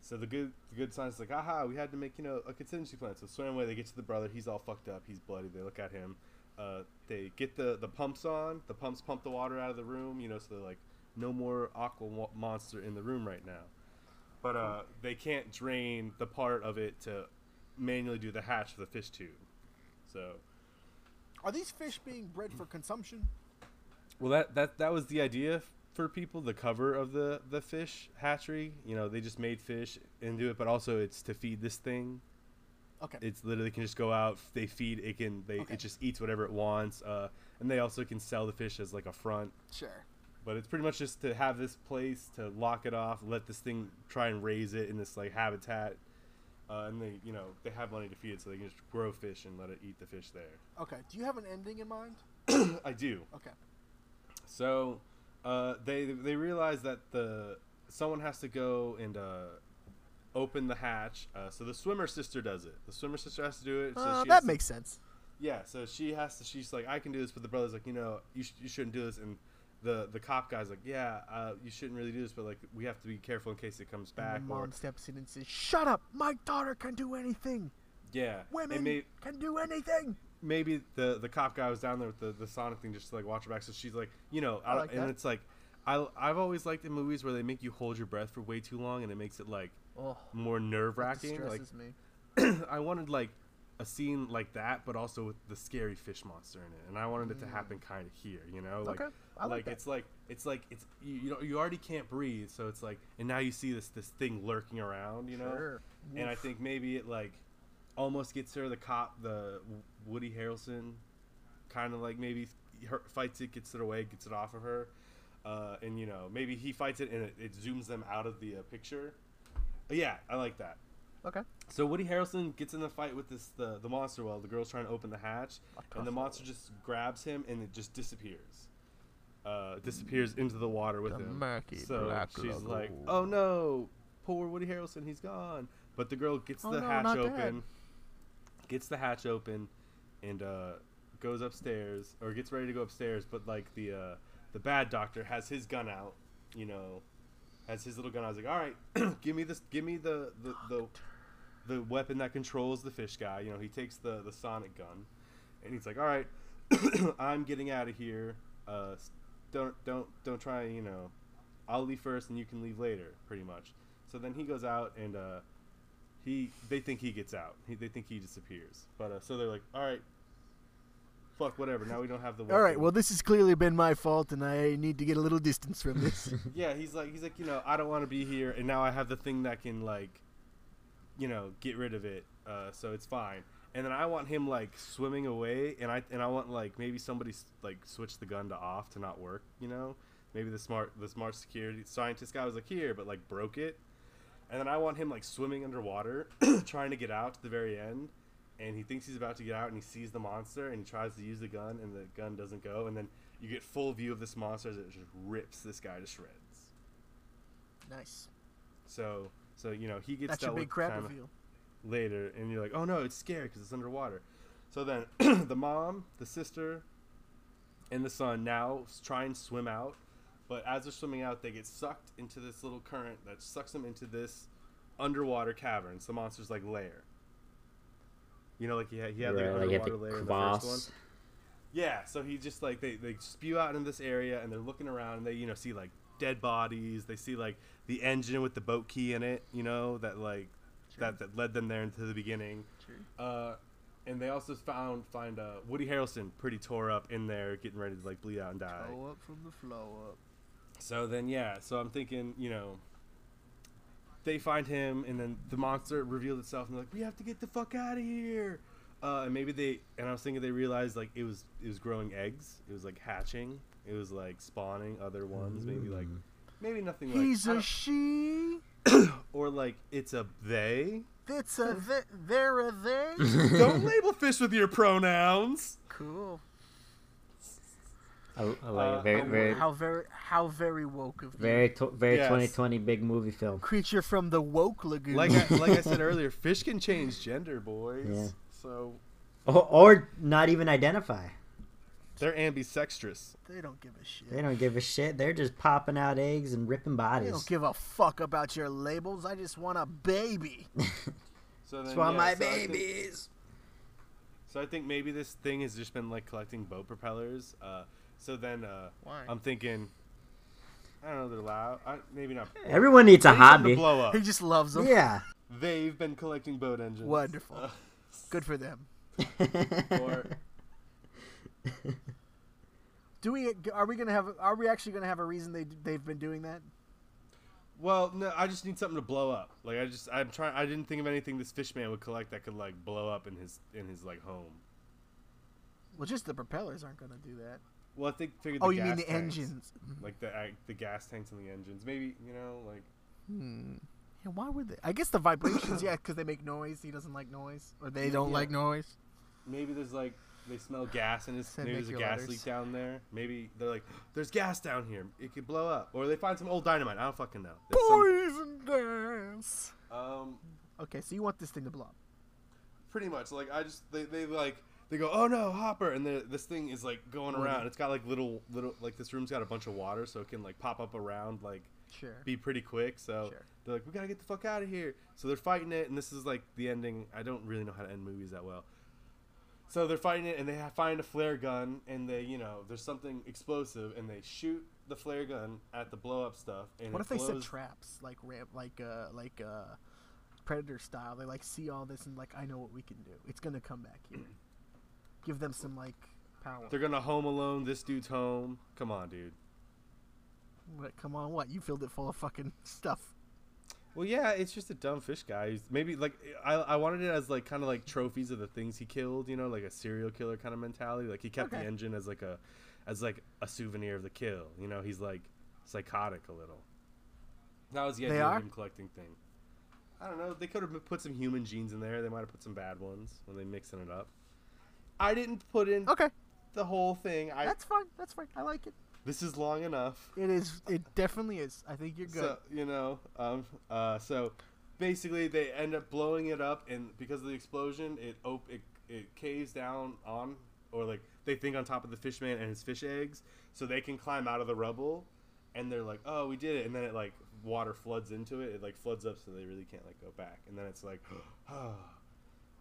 so the good the good scientist is like, aha, we had to make you know a contingency plan. So swim away. They get to the brother. He's all fucked up. He's bloody. They look at him. Uh, they get the the pumps on. The pumps pump the water out of the room. You know, so they're like, no more aqua wa- monster in the room right now. But uh, they can't drain the part of it to manually do the hatch for the fish tube. So
Are these fish being bred for consumption?
Well, that that that was the idea f- for people. The cover of the the fish hatchery. You know, they just made fish into it, but also it's to feed this thing.
Okay.
It's literally can just go out. f- They feed it can. They
Okay.
it just eats whatever it wants. Uh, and they also can sell the fish as like a front.
sure.
But it's pretty much just to have this place to lock it off, let this thing try and raise it in this like habitat. Uh, and they, you know, they have money to feed it, so they can just grow fish and let it eat the fish there.
Okay. Do you have an ending in mind?
I do.
Okay.
So uh, they they realize that the someone has to go and uh, open the hatch. Uh, so the swimmer sister does it. The swimmer sister has to do it. So
Uh,
she has
that
to-
makes sense.
yeah. So she has to. She's like, I can do this, but the brother's like, you know, you, sh- you shouldn't do this. And the the cop guy's like, yeah, uh, you shouldn't really do this, but like we have to be careful in case it comes back.
And the
Or,
mom steps in and says, "Shut up! My daughter can do anything.
yeah. And
Women
may-
can do anything."
maybe the the cop guy was down there with the, the sonic thing just to like watch her back so she's like you know I
like
and
that.
it's like I, i've always liked in movies where they make you hold your breath for way too long and it makes it like
Oh,
more nerve-wracking like
stresses me.
i wanted like a scene like that but also with the scary fish monster in it and i wanted it to happen kind of here you know like
Mm. Okay, I like that.
it's like it's like it's you, you know you already can't breathe so it's like and now you see this this thing lurking around you know
Sure.
and i think maybe it like almost gets her the cop the woody harrelson kind of like maybe her, fights it, gets it away, gets it off of her, uh, and you know maybe he fights it and it, it zooms them out of the uh, picture. Yeah, I like that.
Okay.
So Woody Harrelson gets in the fight with this the, the monster while the girl's trying to open the hatch, and the monster just grabs him and it just disappears. Uh, disappears into the water with
The
him.
murky
so
black
she's
lagoon.
like, "Oh no, poor Woody Harrelson, he's gone." But the girl gets
Oh,
the
no,
hatch
not
open,
dead.
gets the hatch open, and uh, goes upstairs or gets ready to go upstairs. But like the uh, the bad doctor has his gun out, you know, has his little gun. I was like, all right, give me this, give me the the, the the weapon that controls the fish guy. You know, he takes the the sonic gun, and he's like, all right, I'm getting out of here. Uh, s- don't don't don't try. You know, I'll leave first, and you can leave later, pretty much. So then he goes out, and uh, he they think he gets out. He, they think he disappears. But uh, so they're like, all right, fuck whatever. Now we don't have the.
All right.
weapon."
Well, this has clearly been my fault, and I need to get a little distance from this.
Yeah, he's like he's like, you know, I don't want to be here and now I have the thing that can like you know, get rid of it. Uh, so it's fine. And then I want him like swimming away and I and I want like maybe somebody s- like switch the gun to off to not work, you know? Maybe the smart the smart security scientist guy was like here but like broke it. And then I want him like swimming underwater trying to get out to the very end. And he thinks he's about to get out, and he sees the monster, and he tries to use the gun, and the gun doesn't go. And then you get full view of this monster as it just rips this guy to shreds.
nice.
So so you know he gets
That's
that
your
look
big crap
kinda
reveal.
later, and you're like, oh no, it's scary because it's underwater. So then the mom, the sister, and the son now s- try and swim out, but as they're swimming out, they get sucked into this little current that sucks them into this underwater cavern. It's the monster's like lair. You know, like he had, he had like,
Right,
an
like you have
underwater
to
lair in the first one.
cross.
Yeah, so he just like they, they spew out in this area and they're looking around and they you know see like dead bodies. They see like the engine with the boat key in it, you know that like that that led them there into the beginning. Uh, and they also found find uh, Woody Harrelson pretty tore up in there, getting ready to like bleed out and die.
up from the flow up.
So then, yeah. So I'm thinking, you know, they find him, and then the monster revealed itself, and they're like, "We have to get the fuck out of here." Uh, and maybe they, and I was thinking they realized like it was it was growing eggs. It was like hatching. It was like spawning other ones. Maybe like maybe nothing like
He's
I
a
don't-
she.
or like it's a they.
That's a th- there a they.
Don't label fish with your pronouns.
cool.
I, I like it.
Uh,
Oh, Very,
I
very,
How very how very woke of you.
very, to- very
Yes.
2020 big movie film.
creature from the woke lagoon.
Like I, like I said earlier, fish can change gender, boys.
Yeah.
So
Or, or not even identify.
they're ambisextrous.
they don't give a shit.
They don't give a shit. They're just popping out eggs and ripping
They
bodies.
don't give a fuck about your labels. I just want a baby.
So then,
That's why
yeah,
my
so I think-
babies.
So I think maybe this thing has just been like collecting boat propellers. Uh, so then uh,
Why?
I'm thinking, I don't know, they're loud. I, maybe not.
Everyone needs a
They need something
hobby.
To blow up.
He just loves them.
Yeah.
They've been collecting boat engines.
Wonderful.
Uh,
Good for them.
or
Do we? Are we gonna have? Are we actually gonna have a reason they they've been doing that?
well, no, I just need something to blow up. Like I just, I'm trying. I didn't think of anything this fish man would collect that could like blow up in his in his like home.
Well, just the propellers aren't gonna do that.
Well, I think figured. The
Oh, you mean
gas
the
tanks.
engines?
Like the uh, the gas tanks and the engines. Maybe you know like.
Yeah, why would they? I guess the vibrations, yeah, because they make noise. He doesn't like noise, or they don't
Yeah.
like noise.
maybe there's like they smell gas and it's
Send
maybe
back
there's a
your
gas
letters.
leak down there. Maybe they're like, there's gas down here. It could blow up. Or they find some old dynamite. I don't fucking know. There's some-
Poison gas.
um,
Okay, so you want this thing to blow up?
pretty much. Like I just they, they like they go, oh no, Hopper, and the, this thing is like going around. It's got like little little like this room's got a bunch of water, so it can like pop up around like
Sure.
be pretty quick. So
Sure.
they're like, we gotta get the fuck out of here. So they're fighting it, and this is like the ending. I don't really know how to end movies that well. So they're fighting it, and they ha- find a flare gun, and they, you know, there's something explosive, and they shoot the flare gun at the blow up stuff. And
What
it
if they said
blows-
traps, like ramp, like uh, like uh, predator style? They like see all this and like, I know what we can do. It's gonna come back here. Give them some like power.
They're gonna home alone this dude's home. Come on, dude.
What, come on, what? You filled it full of fucking stuff.
Well, yeah, it's just a dumb fish guy. He's maybe like I, I wanted it as like kind of like trophies of the things he killed, you know, like a serial killer kind of mentality. Like he kept
Okay.
the engine as like a, as like a souvenir of the kill. You know, he's like psychotic a little. That was the
They
idea
are?
of him collecting thing. I don't know. They could have put some human genes in there. They might have put some bad ones when they mixing it up. I didn't put in
Okay,
the whole thing. I
that's fine. That's fine. I like it.
this is long enough.
It is. It definitely is. I think you're good.
So you know, um, uh, so basically they end up blowing it up, and because of the explosion, it op- it it caves down on or like they think on top of the fish man and his fish eggs, so they can climb out of the rubble, and they're like, oh, we did it, and then it like water floods into it, it like floods up, so they really can't like go back, and then it's like, oh,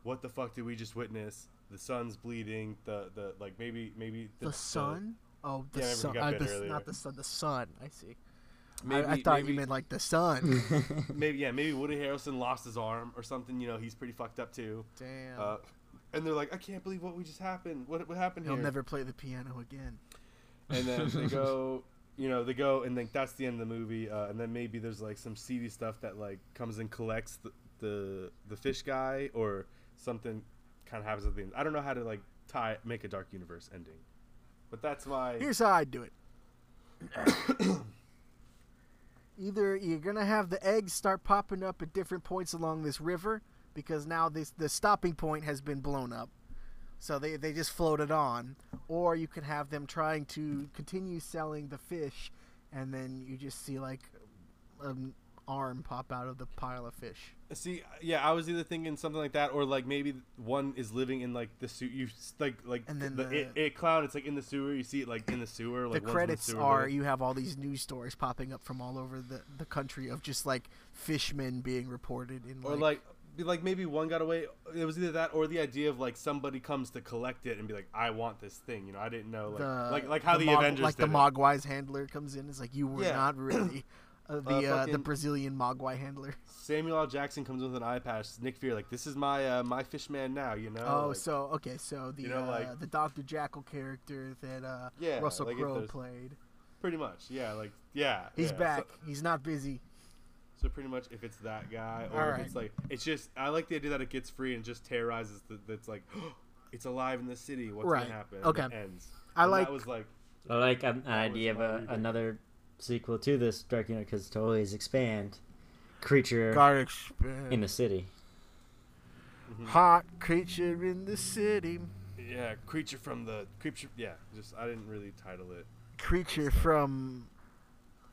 what the fuck did we just witness? The sun's bleeding. The the like maybe maybe
The sun? Oh, the
Yeah, I remember
sun.
we got
uh,
bit
the s-
earlier.
not the sun. The sun. I see.
Maybe-
I, I thought
maybe-
you meant like the sun.
maybe yeah maybe Woody Harrelson lost his arm or something. You know he's pretty fucked up too.
Damn.
Uh, and they're like, I can't believe what we just happened. What what happened
He'll
here?
never play the piano again.
and then they go you know they go and like that's the end of the movie uh, and then maybe there's like some seedy stuff that like comes and collects the the, the fish guy or something kind of happens at the end i don't know how to like tie make a dark universe ending but that's my
Here's how I do it. Either you're gonna have the eggs start popping up at different points along this river because now this the stopping point has been blown up, so they they just floated on, or you could have them trying to continue selling the fish, and then you just see like an arm pop out of the pile of fish.
see yeah i was either thinking something like that or like maybe one is living in like the suit you s- like like
And then
the,
the-
it, it cloud it's like in the sewer you see it like in the sewer like
the
one's in
credits
sewer,
are
like-
you have all these news stories popping up from all over the, the country of just like fishmen being reported in
or like be like maybe one got away it was either that or the idea of like somebody comes to collect it and be like i want this thing you know i didn't know like
the-
like, like how the,
Mog-
avengers
like
did
the
it.
Mogwai's handler comes in. It's like you were
Yeah.
not really uh, the uh, the
fucking-
Brazilian Mogwai handler.
samuel l jackson comes with an eye patch nick fear like this is my uh, my fish man now you know
Oh,
like,
so okay, so the
you know,
uh,
like-
the Doctor Jackal character that uh,
Yeah,
Russell
like if
Crowe
there's-
played.
pretty much yeah like yeah
He's
yeah.
back.
so,
He's not busy.
so pretty much if it's that guy or
All
if
right.
it's like it's just i like the idea that it gets free and just terrorizes the, that's like it's alive in the city what's
Right.
gonna happen
Okay.
and it ends
I
And
like-
that was like
I like um, an, an
That was
idea of
my
a,
reading.
another sequel to this Dark Universe because to always expand creature
Garlic
in the city.
Mm-hmm.
hot creature in the city.
yeah creature from the creature yeah just i didn't really title it
Creature from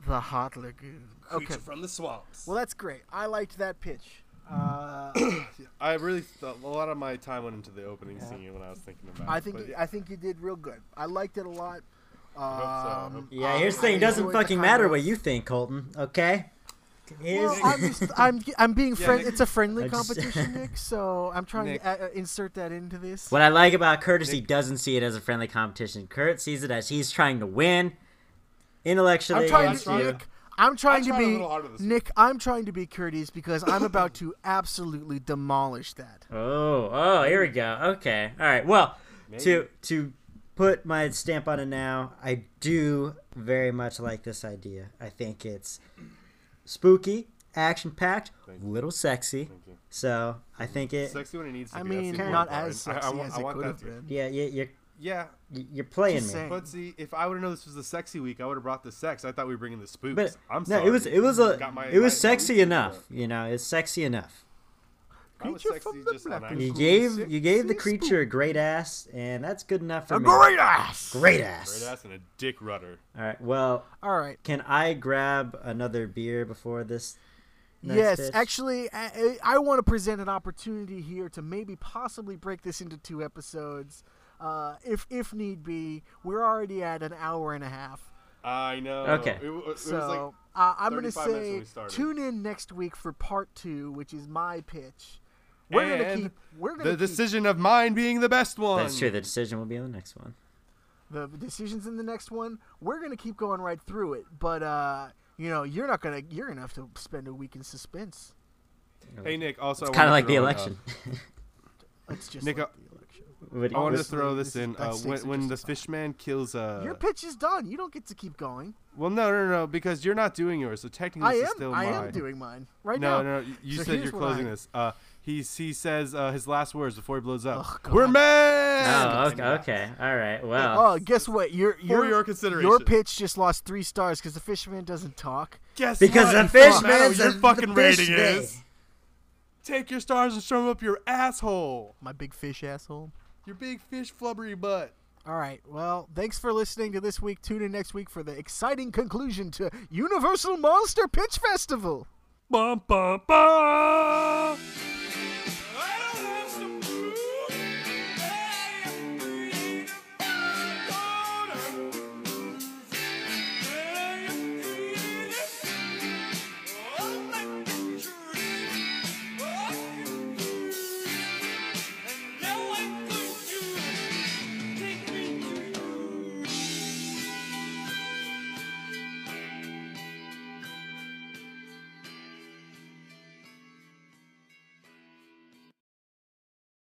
the hot lagoon.
creature
Okay.
from the swamps
Well, that's great. I liked that pitch. Uh,
I really thought a lot of my time went into the opening scene when I was thinking about.
I
it,
think
but yeah,
I think you did real good. I liked it a lot.
I hope so.
Um,
Yeah,
I-
here's the thing.
I
It doesn't
enjoyed the
fucking matter
comedy.
what you think, Colton. Okay. Here's
Well, I'm just I'm I'm being
Yeah,
friend.
Nick-
It's a friendly
I just-
competition, Nick. So I'm trying
Nick.
to uh, uh, insert that into this.
what I like about Kurt is he doesn't see it as a friendly competition. Kurt sees it as he's trying to win intellectually
I'm trying
against
to
trying
you.
Nick. I'm trying
I
to
tried a little harder
be
this
Nick. I'm trying to be courteous because I'm about to absolutely demolish that.
Oh, oh, here we go. Okay, all right. Well, to
Maybe.
to put my stamp on it now, I do very much like this idea. I think it's spooky, action packed, little sexy.
you.
So I think it.
sexy when it needs to
I
be. that's
mean,
the
not
important
as
part.
sexy
want-
as it
want
could
that
have
to-
been.
Yeah, you, you're
Yeah,
you're playing
Just
me.
saying.
but see, if I would have known this was the sexy week, I would have brought the sex. I thought we were bringing the spooks.
But
I'm
no,
sorry.
it was it was a
Got my-
it was
my-
sexy enough. You know, it's sexy enough.
I was
Creature
sexy
from the
just on
Black
accident.
You
Lagoon.
gave you gave the
Sexy
creature a great ass, and that's good enough for
spook.
me.
Great ass.
Great ass.
Great ass and a dick rudder.
All right. Well,
All right.
Can I grab another beer before this? next
yes,
pitch?
actually, I, I want to present an opportunity here to maybe possibly break this into two episodes, uh, if if need be. We're already at an hour and a half,
I know.
Okay.
It, wa- it was
so
like
uh, I'm going to
35 minutes when
say
we started.
tune in next week for part two, which is my pitch. We're going
And
to keep. We're going
the
to keep
decision of mine being the best one.
That's true. The decision will be on the next one.
the decisions in the next one. We're going to keep going right through it, but uh, you know, you're not going to. You're going to have to spend a week in suspense.
Hey Nick, also
Kind of like
uh,
the election.
It's just
Nick,
like
uh,
the election.
Would-
I wanted to
would-
throw this in.
That's
Uh,
six
when
or
when
just
the
a five.
fishman kills uh,
Your pitch is done. You don't get to keep going.
well, no, no, no, because you're not doing yours, so technically
I
this is
am.
still
I
mine.
am doing mine right
No, no,
now.
you- you
So
said you're
here's what
closing
I-
this. Uh, he he says uh, his last words before he blows up.
Oh, God.
We're men.
Oh, okay, okay. All right. Well,
Oh, guess what? Your your
your consideration.
Your pitch just lost three stars because the fisherman doesn't talk.
Guess
because
what?
the fish
Fuck.
man's
your
a- the
fucking
fish
rating
man.
is. Take your stars and shove them up your asshole.
My big fish asshole.
Your big fish flubbery butt.
All right. Well, thanks for listening to this week. Tune in next week for the exciting conclusion to Universal Monster Pitch Festival.
Bum bum bum.